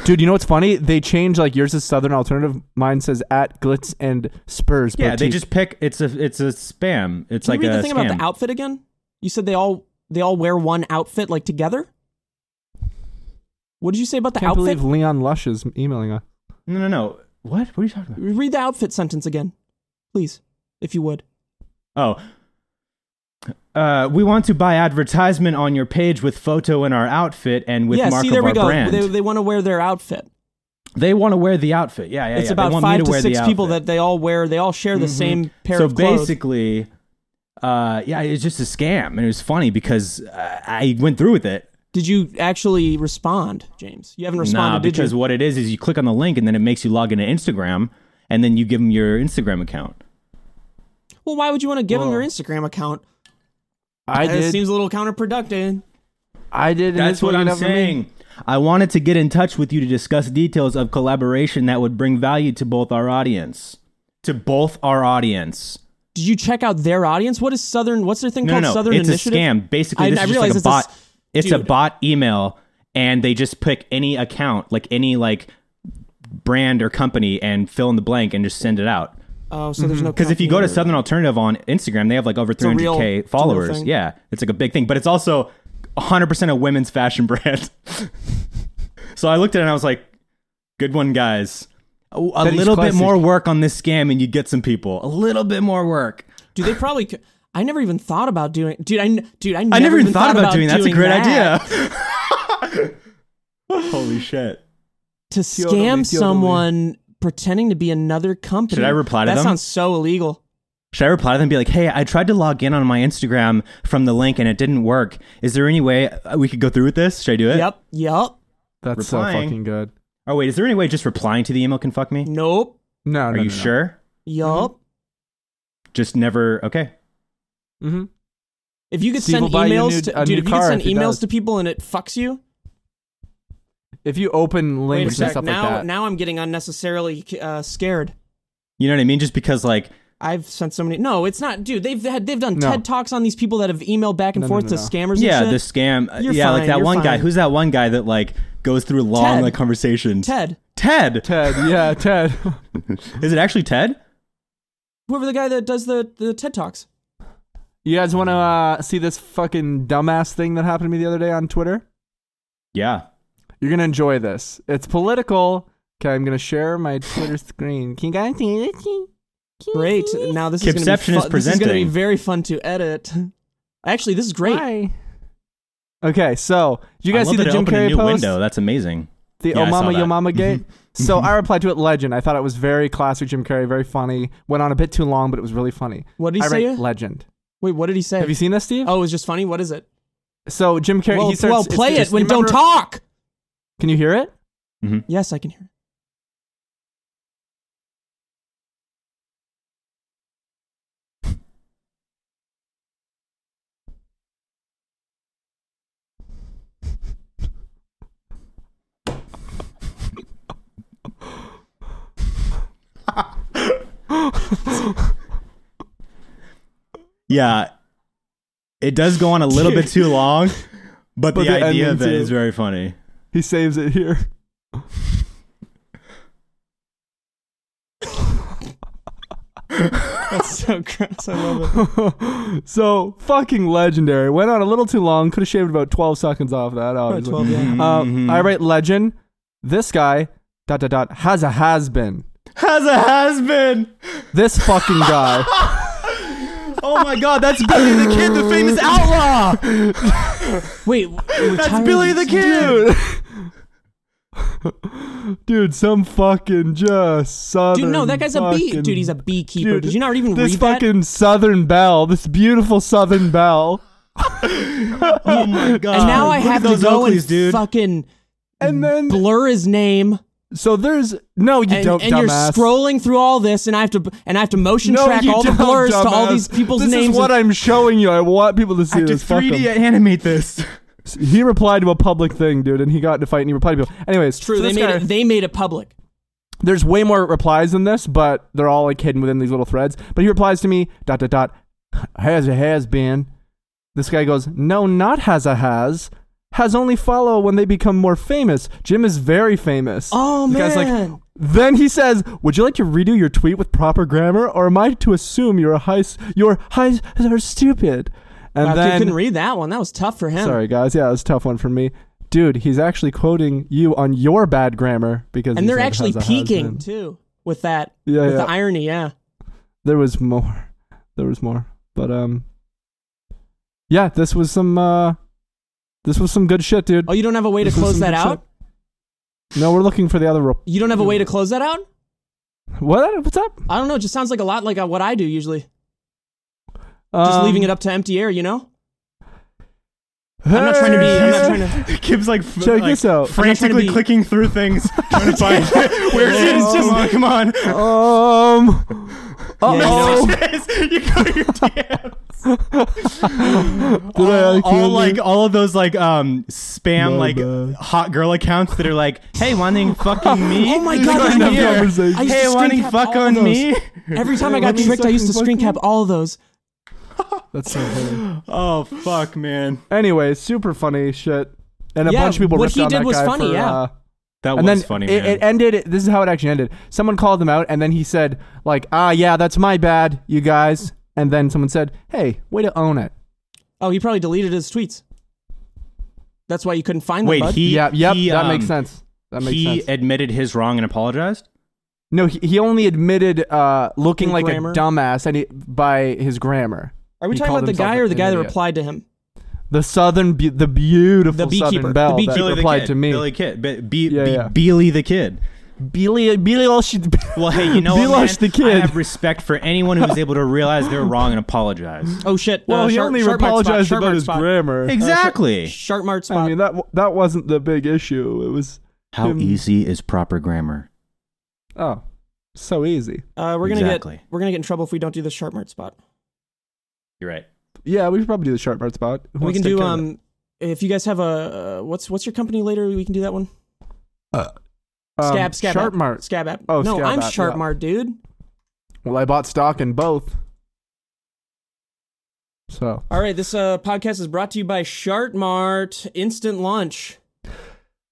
Dude, you know what's funny? They change like yours is Southern Alternative. Mine says at Glitz and Spurs. yeah, they Boutique. just pick. It's a it's a spam. It's Can like you read a the thing scam. about the outfit again? You said they all they all wear one outfit like together. What did you say about the can't outfit? believe Leon Lush is emailing us. no, no, no. What? What are you talking about? Read the outfit sentence again, please, if you would. Oh. Uh, we want to buy advertisement on your page with photo in our outfit and with yeah, mark see of there we our go. brand. They, they want to wear their outfit. They want to wear the outfit. Yeah, yeah. yeah. it's They about want me five to, to wear the six people outfit. Mm-hmm. that they all wear. They all share the same pair so of clothes. basically uh yeah it's just a scam and it was funny because uh, i went through with it did you actually respond, James? You haven't responded, nah, did because you? what it is is you click on the link and then it makes you log into instagram and then you give them your instagram account Well, why would you want to give them Whoa. your Instagram account? I It did. seems a little counterproductive. I did. and that's this one what you i'm never made. saying i wanted to get in touch with you to discuss details of collaboration that would bring value to both our audience to both our audience Did you check out their audience? What is Southern? What's their thing no, called? no, no. Southern it's Initiative. a scam. Basically, I- this I is just realize like it's a s- a bot. it's a dude. bot email, and they just pick any account, like any like brand or company, and fill in the blank and just send it out. Oh, so there's no. Because Mm-hmm. if you go to company Southern Alternative on Instagram, they have like over a real- it's 300k a real followers. thing. Yeah, it's like a big thing, but it's also 100% a women's fashion brand. so I looked at it and I was like, "Good one, guys." A, a That is little bit classic. more work on this scam, and you get some people. A little bit more work. or- dude, they probably. c I I never even thought about doing, dude. I n- dude, I never, I never even thought, about, about doing that. That's a great that. idea. Holy shit. to Totally, scam totally. someone pretending to be another company. Should I reply to that them? sounds so illegal. Should I reply to them and be like, hey, I tried to log in on my Instagram from the link and it didn't work. Is there any way uh, we could go through with this? Should I do it? Yep. Yep. That's so Replying. fucking good. Oh, wait, is there any way just replying to the email can fuck me? Nope. No, Are no, you no, no. sure? Yup. Just never. Okay. Mm-hmm. If you could Steve send will buy you a emails new- to a dude, new if you could car send if he emails does. to people and it fucks you. If you open Wait a links and sec. stuff now, like that, now I'm getting unnecessarily uh, scared. You know what I mean? Just because, like, I've sent so many. No, it's not, dude. They've had, they've done No. TED talks on these people that have emailed back and No, no, forth no, no. to scammers. yeah, and the shit. scam. uh, You're yeah, like fine, that you're one guy. fine. Who's that one guy that, like, goes through long, Ted. like, conversations? TED. Ted. Ted. Yeah, Ted. Is it actually Ted? Whoever the guy that does the the TED talks. you guys want to uh, see this fucking dumbass thing that happened to me the other day on Twitter? Yeah. You're gonna enjoy this. It's political. Okay, I'm gonna share my Twitter screen. Can you guys see this? Great. Now this is going to be Conception is fun. This is going to be presenting. very fun to edit. Actually, this is great. Hi. Okay, so did you I guys love see the that it Jim opened a Carrey new post? window. That's amazing. The Yeah, I Oh saw Mama Yo that. Mm-hmm. Mama Gate. so I replied to it legend. I thought it was very classic Jim Carrey, very funny. Went on a bit too long, but it was really funny. What did he I say? write legend. Wait, what did he say? Have you seen this, Steve? oh, it was just funny. What is it? So Jim Carrey. well, he starts, well, it's- play it's- it when you don't remember- talk. Can you hear it? Mm-hmm. Yes, I can hear. it. Yeah, it does go on a little bit too long, But but, the, the idea ending of it too. is very funny. He saves it here. That's so gross. I love it. so fucking legendary. Went on a little too long. Could have shaved about twelve seconds off that. Obviously. 12, yeah. Uh, Mhm. I write legend. This guy dot dot dot has a has been. Has a has been. This fucking guy. Oh my god, that's Billy the Kid, the famous outlaw. Oh Wait, w- That's retired- Billy the Kid. dude. dude, some fucking just southern. Dude, no, that guy's a bee. fucking- Dude, he's a beekeeper. dude, Did you not even This read fucking southern belle, this beautiful southern belle, Oh my that? god. And now I Look at have to those go Oakleys, and dude. fucking and then blur his name. so there's no, you Mm. and, don't, and dumbass. you're scrolling through all this, and I have to and I have to motion no, track you all the don't, blurs to all dumbass. these people's this names. This is what I'm showing you. I want people to see I have to this. Fuck 3D 'em. animate this. He replied to a public thing, dude, and he got in a fight and he replied to people. Anyways, True, so they this made guy- it. They made it public. there's way more replies than this, but they're all like hidden within these little threads. But he replies to me, dot dot dot, has a has been. This guy goes, no, not has a has. Has only follow when they become more famous. Jim is very famous. Oh The guy's like, man, Then he says, "Would you like to redo your tweet with proper grammar, or am I to assume you're a high, you're high, are stupid?" And Wow, dude then, couldn't read that one. That was tough for him. sorry guys, yeah, it was a tough one for me, dude. He's actually quoting you on your bad grammar because he and they're said, actually "Has a peaking has-been." too with that Yeah, with yeah. the irony. Yeah, there was more there was more but um yeah this was some uh this was some good shit dude Oh, you don't have a way to This is close some that good out? no we're looking for the other rep- You don't have a way to close that out? what what's up I don't know. It just sounds like a lot like uh, what I do usually. Just Um, leaving it up to empty air, you know? I'm not trying to be. I'm not trying to. Kib's like, f- Check like this out. frantically I'm not trying to be- clicking through things, trying to find where it is. Just Oh. come on. um Yeah, you know, uh-oh. you go to your DMs. oh, Did I all, IQ all in like there? all of those like um My spam like bad. hot girl accounts that are like, hey, wanting fucking me? Oh my Click God, on I have here. conversations. I used Hey, to wanting screen cap fuck all on those. me? Every time I got Let me tricked, I used to fucking screen cap fucking- all of those. that's so funny Oh fuck, man, anyway super funny shit and a Yeah, bunch of people what ripped he on did that was guy funny, for, yeah. uh, that and was then funny, it, man. it ended this is how it actually ended someone called him out and then he said like ah yeah that's my bad you guys and then someone said hey way to own it Oh, he probably deleted his tweets. That's why you couldn't find them. Wait, bud. he yeah yep he, that um, makes sense that makes he sense admitted his wrong and apologized. No, he, he only admitted uh, looking His like grammar? a dumbass and he, by his grammar. Are we he talking called about the himself guy or the an guy that idiot. replied to him? The southern, be- the beautiful The beekeeper, southern belle the that beekeeper. Billy the replied Kid, to me. Billy Kid, Be- Be- Yeah, Be- yeah. Billy the Kid. Billy, Billy, all she, Well, hey, you know what, Bilosh the man? kid. I have respect for anyone who's able to realize they're wrong and apologize. Oh shit! well, uh, he sharp- only sharp mark apologized spot, sharp about mark his spot. Uh, grammar. Exactly. Sharp mark spot. I mean that that wasn't the big issue. It was How him- easy is proper grammar? oh, so easy. uh, we're gonna Exactly. get we're gonna get in trouble if we don't do the sharp mark spot. You're right. Yeah, we should probably do the sharp part spot. Who we wants can to take do care of um if you guys have a uh, what's what's your company later we can do that one that? Um, scab scab sharp app. marks. scab app Oh, no Scab I'm app, sharp yeah. mark dude Well, I bought stock in both. So all right this uh, podcast is brought to you by Sharp Mart instant lunch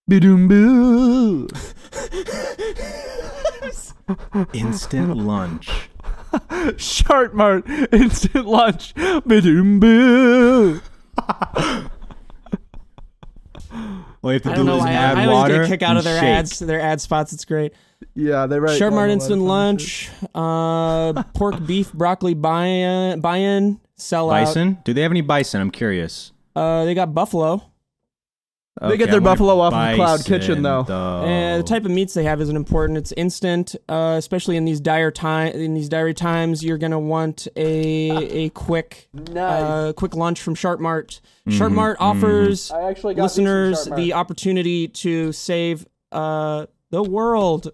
Boom, boo. Instant lunch. Sharp Mart instant lunch. Boom, boo. All you have to I do don't know is why add I, I always water get a kick out of and their shake. ads their ad spots it's great Yeah, they write Sharp down Mart a lot of instant fun lunch uh pork beef broccoli buy buy in sell out Bison? Do they have any bison? I'm curious. uh they got buffalo They get Okay, their I wanna- buffalo off of Cloud bison, Kitchen, though. Oh. Uh, the type of meats they have isn't important. It's instant, uh, especially in these dire time. In these dire times, you're gonna want a a quick, uh, quick lunch from Sharp Mart. Mm-hmm. Sharp Mart offers I actually got these from listeners Sharp Mart. the opportunity to save uh, the world.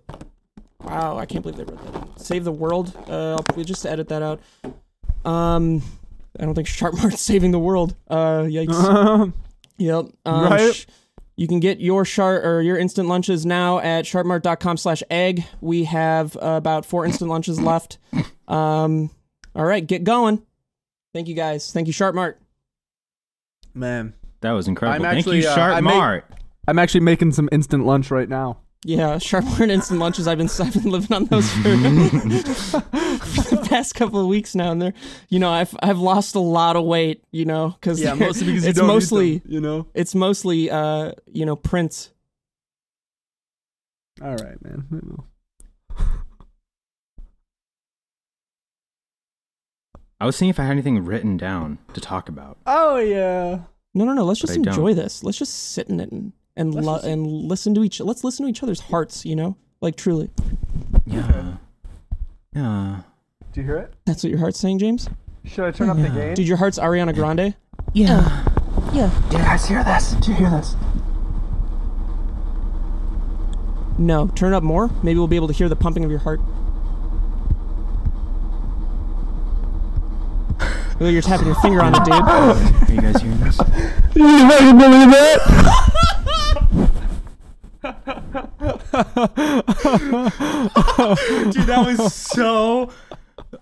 Wow, I can't believe they wrote that. Save the world. Uh, I'll we just edit that out. Um, I don't think Sharp Mart's saving the world. Uh, yikes. Yep. Um, Uh-huh. Right? sh- you can get your sharp or your instant lunches now at sharpmart.com slash egg. We have uh, about four instant lunches left. Um, all right, get going. Thank you guys. Thank you, Sharp Mart. Man, That was incredible. I'm Thank actually, you, uh, Sharp I make- Mart. I'm actually making some instant lunch right now. Yeah, Sharp Mart instant lunches. I've been I've been living on those for, for the past couple of weeks now, and they're you know I've I've lost a lot of weight, you know, because it's eat mostly them, you know. it's mostly uh you know prints. All right, man. I know. I was seeing if I had anything written down to talk about. Oh yeah. No, no, no. Let's just I don't. enjoy this. Let's just sit in it and and, Let's lo- just- and listen to each. Let's listen to each other's hearts. You know, like truly. Yeah. Yeah. Do you hear it? That's what your heart's saying, James. Should I turn up the game? Dude, your heart's Ariana Grande. Yeah. you guys hear this? Do you hear this? No, turn it up more. Maybe we'll be able to hear the pumping of your heart. Oh, you're tapping your finger on it, dude. Are you guys hearing this? You fucking believe it? Dude, that was so.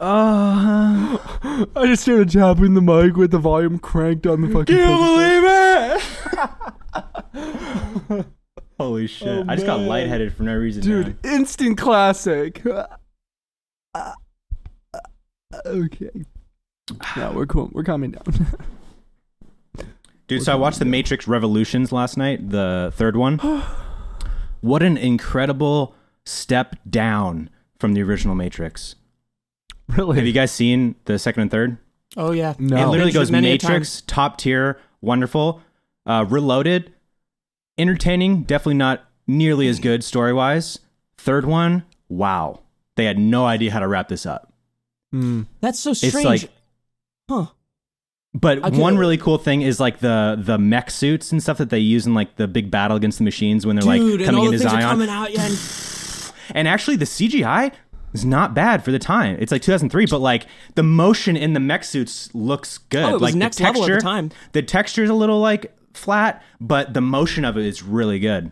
Uh, I just started jabbing the mic with the volume cranked on the fucking. believe it? Holy shit. Oh, I just got man. lightheaded for no reason. dude, instant classic. Uh, Okay. No, we're cool. We're calming down. Dude, so I watched The Matrix Revolutions last night, the third one. what an incredible step down from the original Matrix. really? Have you guys seen the second and third? Oh yeah. No. It Oh. literally Binged it goes many a Matrix, top tier, wonderful, uh, reloaded, entertaining, definitely not nearly as good story wise. Third one, wow. They had no idea how to wrap this up. Mm. time. That's so strange. It's like huh. I but can- one really cool thing is like the the mech suits and stuff that they use in like the big battle against the machines when they're Dude, like and coming all in the as things are Ion. coming out. Yeah, and And actually, the CGI is not bad for the time. It's like 2003, but like the motion in the mech suits looks good. Oh, it was like next the level texture, at the time. The texture's a little like flat, but the motion of it is really good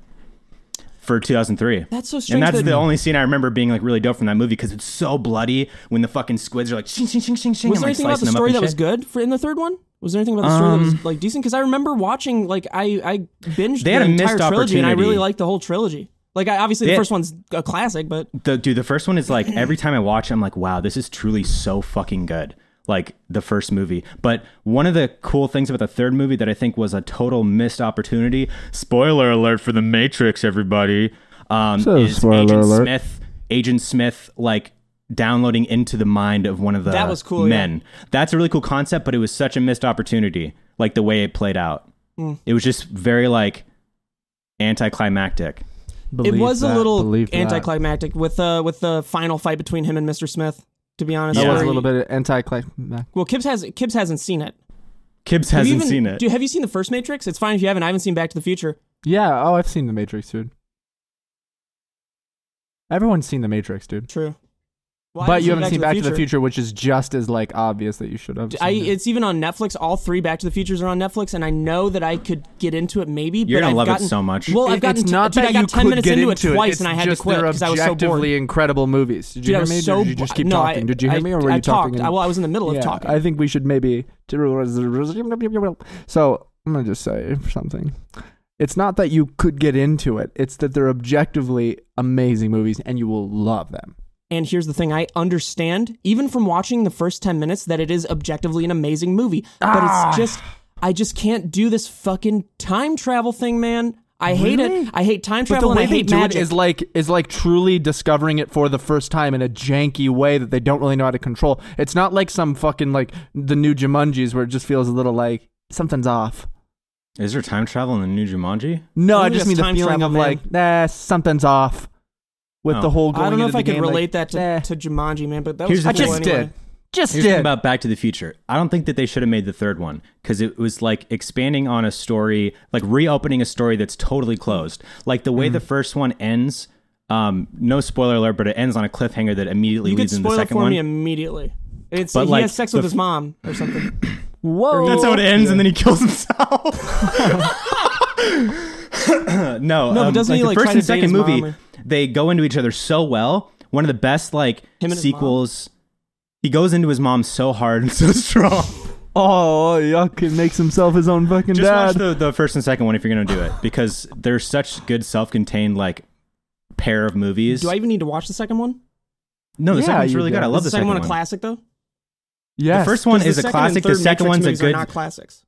for 2003. That's so strange And that's that- the only scene I remember being like really dope from that movie because it's so bloody when the fucking squids are like shing shing shing shing shing. was and, there like, anything about the slicing them up story and that was shit. Um, good for in the third one? Was there anything about the story that was like decent? Because I remember watching like I I binged They had the a missed entire trilogy and I opportunity. really liked the whole trilogy. Like I, obviously They the had- first one's a classic, but the dude the first one is like every time i watch it i'm like wow this is truly so fucking good like the first movie but one of the cool things about the third movie that i think was a total missed opportunity spoiler alert for the matrix everybody um So is spoiler agent alert. smith agent smith like downloading into the mind of one of the That was cool, yeah. men that's a really cool concept but it was such a missed opportunity like the way it played out Mm. it was just very like anticlimactic it was a that, little believe that. anticlimactic with uh with the final fight between him and Mr. Smith. To be honest, That Yeah. was a where little he- bit anticlimactic. Well, Kibbs has Kibbs hasn't seen it. Kibbs Have you hasn't even- seen it. Dude, have you seen the first Matrix? It's fine if you haven't. I haven't seen Back to the Future. Yeah. Oh, I've seen The Matrix, dude. Everyone's seen The Matrix, dude. True. Well, I but you haven't seen Back to the Future, which is just as like obvious that you should have. I, seen it. it's even on Netflix. All three Back to the Futures are on Netflix, and I know that I could get into it maybe. You're but gonna I've love it gotten, so much. Well, I've It- gotten it's t- not dude, that I got you ten could minutes get into it into twice, it's and I had to just quit they're because I was so bored. objectively incredible movies. Did Dude, you I hear was me? Or so did you just bo- keep no, talking? I, Did you hear I, me, or were I you talked. talking? I, well, I was in the middle yeah, of talking. I think we should maybe. So I'm gonna just say something. It's not that you could get into it; it's that they're objectively amazing movies, and you will love them. And here's the thing I understand, even from watching the first 10 minutes, that it is objectively an amazing movie. Ah. But it's just, I just can't do this fucking time travel thing, man. I hate it. Really? I hate time But the travel and way I they hate do magic. it is like is like truly discovering it for the first time in a janky way that they don't really know how to control. It's not like some fucking like the new Jumanjis where it just feels a little like something's off. Is there time travel in the new Jumanji? No, I I think just that's mean the time feeling travel, of man. like nah, something's off with Oh. the whole. Going I don't know if into I the could game, like, eh. relate that to, "Nah." to Jumanji, man, but that eh. Here's was the cool thing. just anyway. did. Just Here's the did. thing about Back to the Future. I don't think that they should have made the third one because it was like expanding on a story, like reopening a story that's totally closed. Like the way Mm-hmm. the first one ends. Um, no spoiler alert, but it ends on a cliffhanger that immediately You could leads into the spoil it second for one. me immediately. It's, But, he like, has sex the with f- his mom or something. Whoa. That's how it ends, and then he kills himself. no, but um, doesn't like he, the like, first try and to date second his mom movie, or- they go into each other so well. One of the best like Him and his sequels He goes into his mom so hard and so strong. Oh, yuck! He makes himself his own fucking Just dad. watch the, the first and second one if you're gonna do it because they're such good self-contained like pair of movies. Do I even need to watch the second one? no, the Yeah, second one's you really do. good. I love Is the second, one, a classic though? yes. The first one 'Cause is a second and classic. The third second Matrix one's a movies are good. not classics.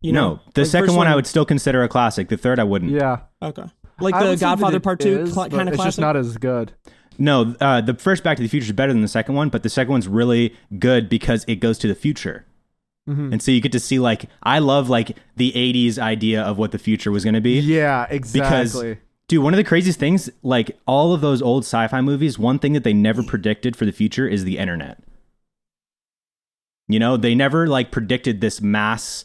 You no, know, the Like, second first one I would still conder a classic. The third I wouldn't. Yeah. Okay. Like I the would say that Godfather it Part Two, is, cla but kind of It's classic. just not as good. No, uh, the first Back to the Future is better than the second one, but the second one's really good because it goes to the future. Mm. Mm-hmm. And so you get to see like I love like the 80s idea of what the future was going to be. Yeah, Because exactly. dude, one of the craziest things like all of those old sci-fi movies, one thing that they never predicted for the future is the internet. You know, they never like predicted this mass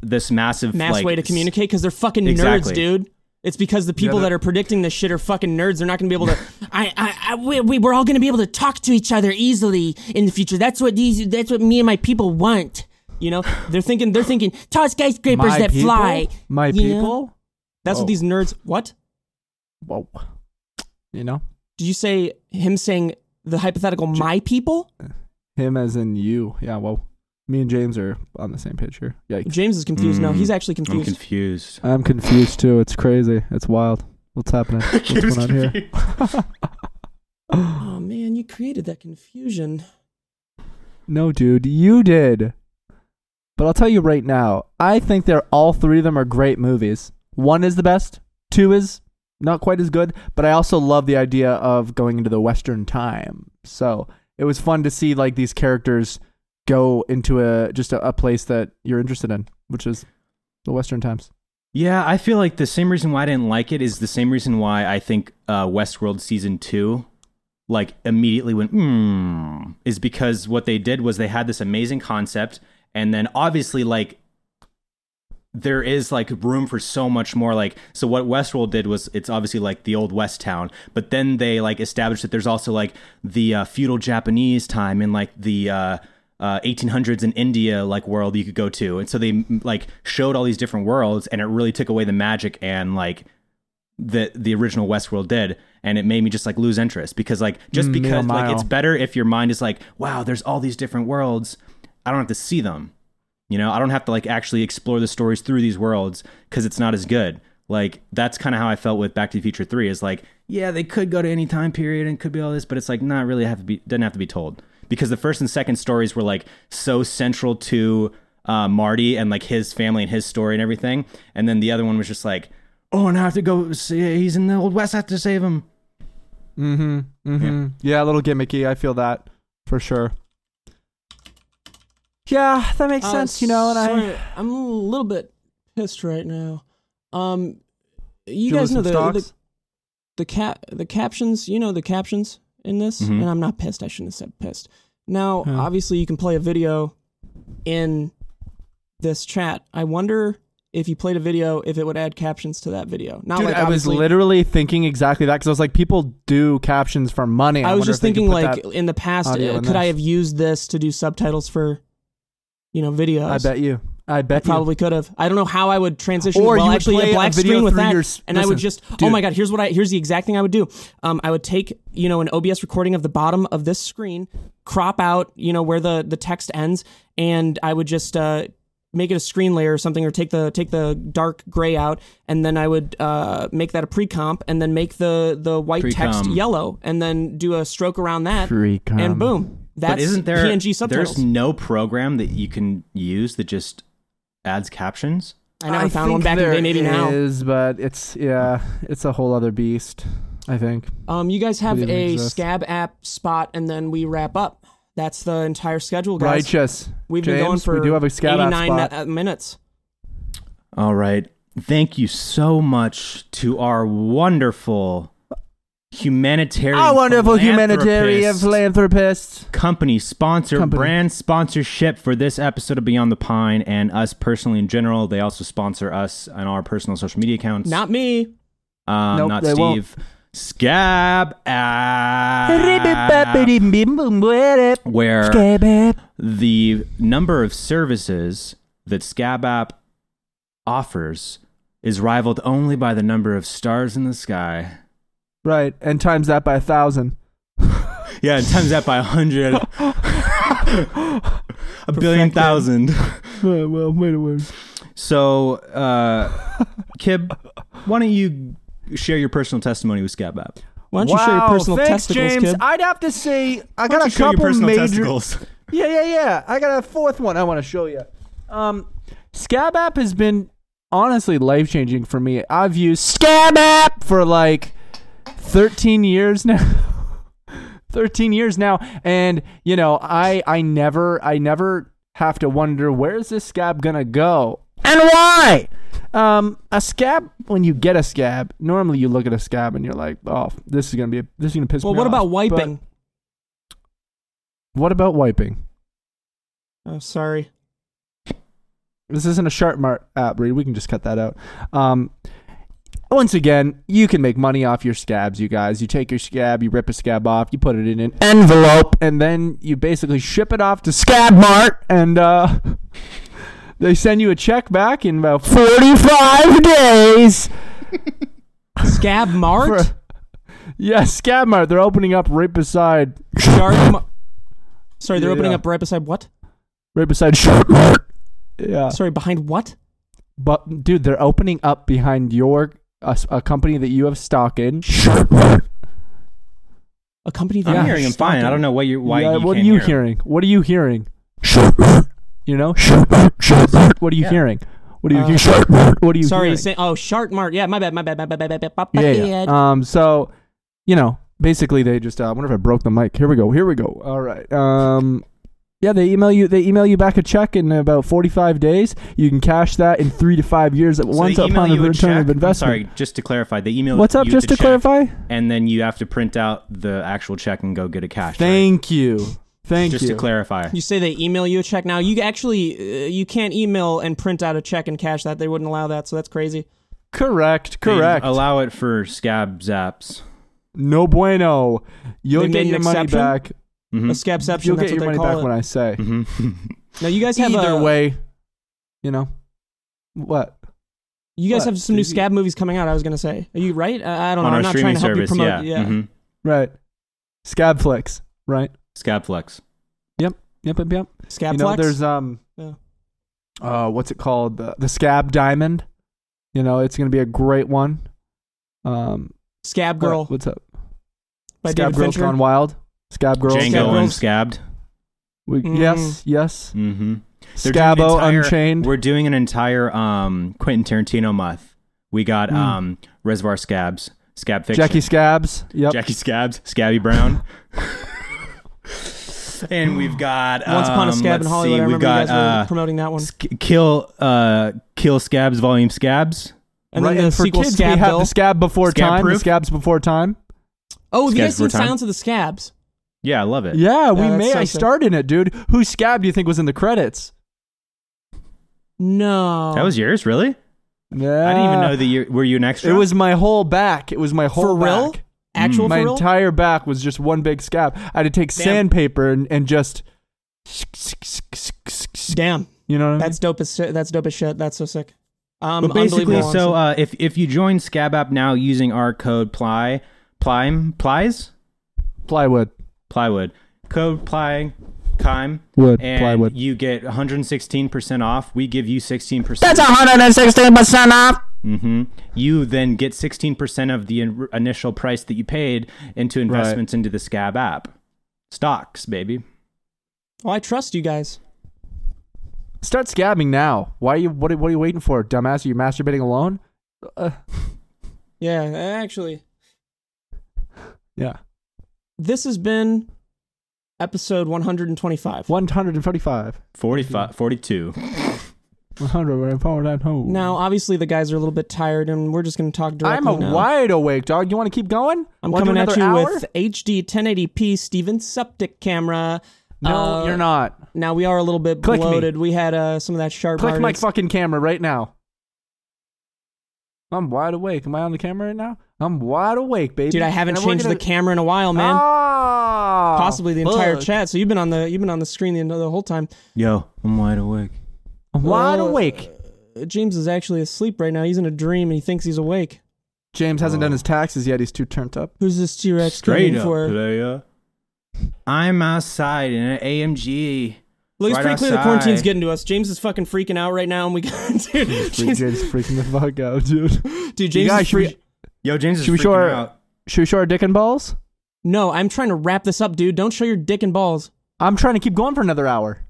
this massive mass like, way to s- communicate because they're fucking Exactly. nerds, dude. It's because the people Yeah, that are predicting this shit are fucking nerds. They're not going to be able to. I, I, I, we, we, we're all going to be able to talk to each other easily in the future. That's what these. That's what me and my people want. You know, they're thinking. They're thinking tall skyscrapers My that people? fly. My you know? people? That's Oh. Whoa. what these nerds. What Whoa. You know? did you say? Him saying the hypothetical my people. Him as in you. Yeah, whoa. Me and James are on the same page here. Yikes. James is confused. No, Mm. he's actually I'm confused. confused. I'm confused too. It's crazy. It's wild. What's happening? What's going on here? oh man, you created that confusion. No, dude, you did. But I'll tell you right now, I think they're all three of them are great movies. One is the best, two is not quite as good, but I also love the idea of going into the Western time. So it was fun to see like these characters go into a just a, a place that you're interested in, which is the Western times. Yeah, I feel like the same reason why I didn't like it is the same reason why I think uh, Westworld season two, like immediately went hmm, is because what they did was they had this amazing concept, and then obviously like there is like room for so much more. Like so, what Westworld did was it's obviously like the old West town, but then they like established that there's also like the uh, feudal Japanese time and like the. Uh, uh, 1800s in India like world you could go to, and so they m- like showed all these different worlds, and it really took away the magic and like the the original Westworld did, and it made me just like lose interest because like just Mm, because mile, like it's mile. better if your mind is like wow there's all these different worlds, I don't have to see them, you know I don't have to like actually explore the stories through these worlds because it's not as good. Like that's kind of how I felt with Back to the Future Three is like yeah they could go to any time period and could be all this, but it's like not really have to be doesn't have to be told because the first and second stories were like so central to uh, Marty and like his family and his story and everything, and then the other one was just like, oh, and I have to go. See, he's in the old west. I have to save him. Mm-hmm. Mm-hmm. Yeah. a little gimmicky. I feel that for sure. Yeah, that makes Uh, sense, you know. And I sorry, I'm a little bit pissed right now. Um, you Do guys know listen the, to the stocks? the cap the captions. You know the captions in this, Mhm. and I'm not pissed. I shouldn't have said pissed. Now, Mm-hmm. Yeah. obviously, you can play a video in this chat. I wonder if you played a video if it would add captions to that video. Not Dude, like I was obviously- literally thinking exactly that because I was like, people do captions for money. I was wonder just if they could thinking, put like that- in the past, uh, audio in could this. I have used this to do subtitles for, you know, videos? I bet you. I bet you. Probably could have. I don't know how I would transition. well, Or you would actually, play a a black video screen with through that, your s- and I would listen, just. Oh dude. my god! Here's what I. Here's the exact thing I would do. Um, I would take you know an OBS recording of the bottom of this screen, crop out you know where the the text ends, and I would just uh, make it a screen layer or something, or take the take the dark gray out, and then I would uh, make that a pre comp, and then make the the white text Pre-comp. yellow, and then do a stroke around that, Pre-comp. and boom. That's but isn't there PNG subtitles? There's no program that you can use that just adds captions. I never found one back in there the day. Maybe now. is, but it's yeah, it's a whole other beast. I think. Um, you guys have It even a exists. scab app spot, and then we wrap up. That's the entire schedule, guys. Righteous. We've James, been going for we do have a scout out 89 spot. mi- uh, minutes. All right. Thank you so much to our wonderful humanitarian, Our wonderful humanitarian philanthropist philanthropist. company sponsor, Company. brand sponsorship for this episode of Beyond the Pine and us personally in general. They also sponsor us on our personal social media accounts. Not me. um, Nope, not they Steve. won't. Scab Ah. app. where the number of services that Scab app offers is rivaled only by the number of stars in the sky. Right, and times that by a thousand. Yeah, and times that by a hundred. a billion Perfected. thousand. Uh, well, made it work. So, uh, Kib, why don't you share your personal testimony with Scabab? Why don't you share your personal thanks, testicles, James. kid? I'd have to say I Why got don't you a show your couple personal major. testicles? Yeah, yeah, yeah. I got a fourth one I want to show you. Um, Scab app has been honestly life changing for me. I've used Scab app for like 13 years now. 13 years now and you know I I never I never have to wonder where's this scab going to go and why um a scab when you get a scab normally you look at a scab and you're like oh this is going to be this is going to piss well, me what off. about But wiping? what about wiping Oh, sorry. This isn't a sharp mark app, Reed. We can just cut that out. Um, once again, you can make money off your scabs, you guys. You take your scab, you rip a scab off, you put it in an envelope, and then you basically ship it off to Scab Mart, and uh, they send you a check back in about 45 days. Scab For Mart? a- yeah, Scab Mart. They're opening up right beside, Shark Mar- Sorry, they're Yeah, opening yeah. up right beside what? right beside. yeah. Sorry, behind what? But dude, they're opening up behind your a, a company that you have stock in. A company that I'm you hearing him stock fine. I in. don't know what you why. Yeah, you what are can't you hear him. hearing? What are you hearing? You know? What are you Yeah. hearing? What are you Uh, hearing? What are you Sorry, hearing? you're saying oh Shark Mart. Yeah, my bad, my bad, my bad, my bad, my bad, my yeah, bad. yeah. Um so you know, basically they just uh, I wonder if I broke the mic. Here we go. Here we go. All right. Um yeah, they email you. They email you back a check in about forty-five days. You can cash that in three to five years. at So once they email upon the you a return check? of I'm investment. sorry, just to clarify, they email. What's up? you Just the to check, clarify. and then you have to print out the actual check and go get a cash. right? Thank you. Thank Just you. to clarify. You say they email you a check now. You actually uh, you can't email and print out a check and cash that. They wouldn't allow that, so that's crazy. correct. They Correct. Allow it for scab zaps. no bueno. You'll They made get an your money exception? back. A Mm-hmm. scabception. Hmm. You'll that's get your what they money back call when it. Hmm. I say. Now you guys have Either a, way, you know what? You guys What? have some new Did you- scab movies coming out. I was gonna say. Are you right? I, I don't know. On our I'm not trying streaming to help service, you yeah. promote. Mm-hmm. hmm Right. Scab flicks. Right. Scab flex. Yep. Yep. Yep. Scab you know, flex. there's um, Yeah. uh, what's it called? The the scab diamond. You know, it's gonna be a great one. Um, Scab girl what- what's up? by scab David girls Fincher. gone wild. Scab girls. Django Scab and girls. scabbed. We, Mm. Yes. Yes. Mm-hmm. They're doing an Scabo entire- Unchained. We're doing an entire um, Quentin Tarantino month. We got Hmm. Mm. um, Reservoir Scabs, Scab Fiction, Jackie Scabs. Yep. Jackie Scabs, Scabby Brown. and we've got Once upon a um, scab in let's Hollywood. see, I we've remember got you guys were uh, promoting that one. Sk- Kill uh, Kill Scabs Volume Scabs. And right, then the and for sequel, kids, Scab we have Bill. the scab before Scab time. The proof. scabs before time. Oh, have you guys Scabs were seen time. Silence of the Scabs? Yeah, I love it. Yeah, we that's may. so I sick. starred in it, dude. Whose scab do you think was in the credits? No. That was yours, really? Yeah. I didn't even know that you were you an extra. Uh, It was my whole back. It was my For whole real? back. actual my for real? entire back was just one big scab. I had to take Damn. sandpaper and, and just Damn. you know what I mean? That's dope as shit. That's dope as shit. That's so sick. Um, but basically, unbelievable. so uh, if if you join Scab App now using our code ply plime plies plywood. plywood code ply time Wood. and plywood. you get 116 percent off. We give you 16 percent. That's 116% off. hmm You then get 16 percent of the in- initial price that you paid into investments into the Scab App stocks, baby. well, I trust you guys. Start scabbing now. Why you what, are- what are you waiting for? Dumbass, are you masturbating alone? Uh, Yeah, actually, yeah. this has been episode 125. 135. 45, 42. 104 at home. Now, obviously, the guys are a little bit tired, and we're just going to talk directly. I'm a now. wide awake, dog. You want to keep going? I'm Wanna do coming at another you hour? with HD 1080p Steven Septic camera. No, Uh, you're not. Now we are a little bit Click me. bloated. We had uh, some of that sharp. Click my artists- fucking camera right now. I'm wide awake. Am I on the camera right now? I'm wide awake, baby. Dude, I haven't changed the camera in a while, man. Ah, Possibly the entire fuck. chat. So you've been on the you've been on the screen the, the whole time. Yo, I'm wide awake. I'm wide Uh, awake. Uh, James is actually asleep right now. He's in a dream and he thinks he's awake. James hasn't done his taxes yet. He's too turned up. Who's this T Rex Straight coming up, for? player. I'm outside in an AMG. Look, it's Right pretty clear the outside. quarantine's getting to us. James is fucking freaking out right now, and we got dude, Dude, James, James freaking the fuck out, dude. dude, You James guys, is should, free- we, Yo, James is Should we freaking show our- out. should we show our dick and balls? No, I'm trying to wrap this up, dude. Don't show your dick and balls. I'm trying to keep going for another hour.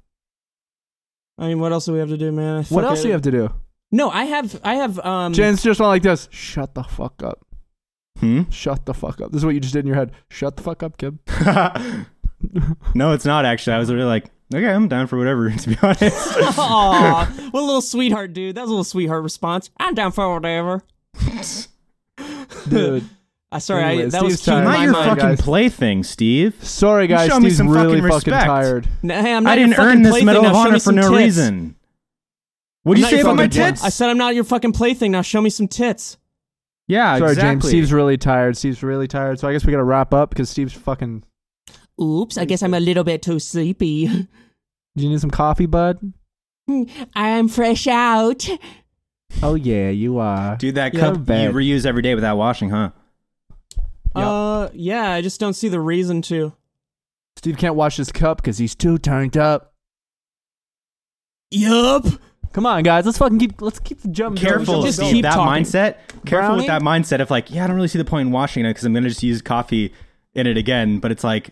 I mean, what else do we have to do, man? What Fuck else it. do you have to do? No, I have, I have. Um, Jen's just went like this. Shut the fuck up. Hmm? Shut the fuck up. This is what you just did in your head. Shut the fuck up, Kim. no, it's not actually. I was really like, okay, I'm down for whatever. To be honest, Aw, what a little sweetheart, dude. That was a little sweetheart response. I'm down for whatever. Dude. Uh, sorry, I, Anyways, that was Steve's cueing time. my not your mind. fucking guys. plaything, Steve. Sorry, guys. show me Steve's some fucking really fucking respect. tired. N- Hey, I'm not I your didn't fucking earn this plaything. Medal Now of show me Honor for some no tits. reason. What I'm do you not say your about my fucking- tits? I said I'm not your fucking plaything. Now show me some tits. yeah, Sorry, exactly. James. Steve's really tired. Steve's really tired. So I guess we gotta wrap up because Steve's fucking. Oops, I guess I'm a little bit too sleepy. Do you need some coffee, bud? I'm fresh out. Oh yeah, you are. Dude, that Yeah, cup I'm bad. you reuse every day without washing, huh? Uh, yeah, I just don't see the reason to. Steve can't wash his cup because he's too turned up. Yup. Come on, guys. Let's fucking keep. Let's keep the jump. going, Careful, jump Just Steve, going. keep that talking. mindset. Careful Brownie? with that mindset of like, yeah, I don't really see the point in washing it because I'm gonna just use coffee in it again. But it's like,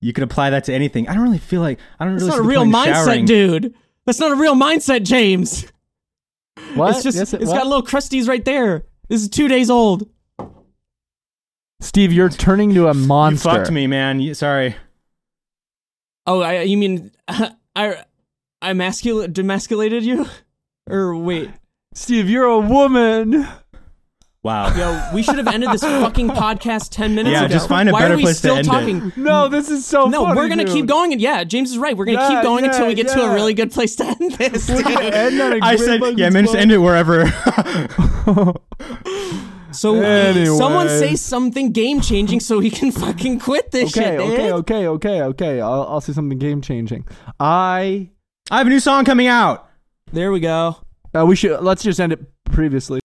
you can apply that to anything. I don't really feel like I don't That's not really a see the real point in mindset, showering. dude. That's not a real mindset, James. What? It's just Yes, it- it's what? got little crusties right there. This is two days old. Steve, you're turning to a You monster. fucked me, man. You, sorry. Oh, I, you mean I I mascul demasculated you? Or wait, Steve, you're a woman. Wow. yo, we should have ended this fucking podcast ten minutes Yeah, ago. just find a Why better are we place to still end it. talking? No, this is so. No, funny, we're gonna keep dude. going, and yeah, James is right. We're gonna Yeah, keep going until yeah, we get to yeah. a really good place to end this. We're gonna end on a I great said, fucking yeah, man, just spot. end it wherever. So Anyway. someone say something game changing so he can fucking quit this Okay, shit. eh? okay, dude. okay, okay, okay. I'll, I'll say something game changing. I I have a new song coming out. There we go. uh, we should let's just end it previously.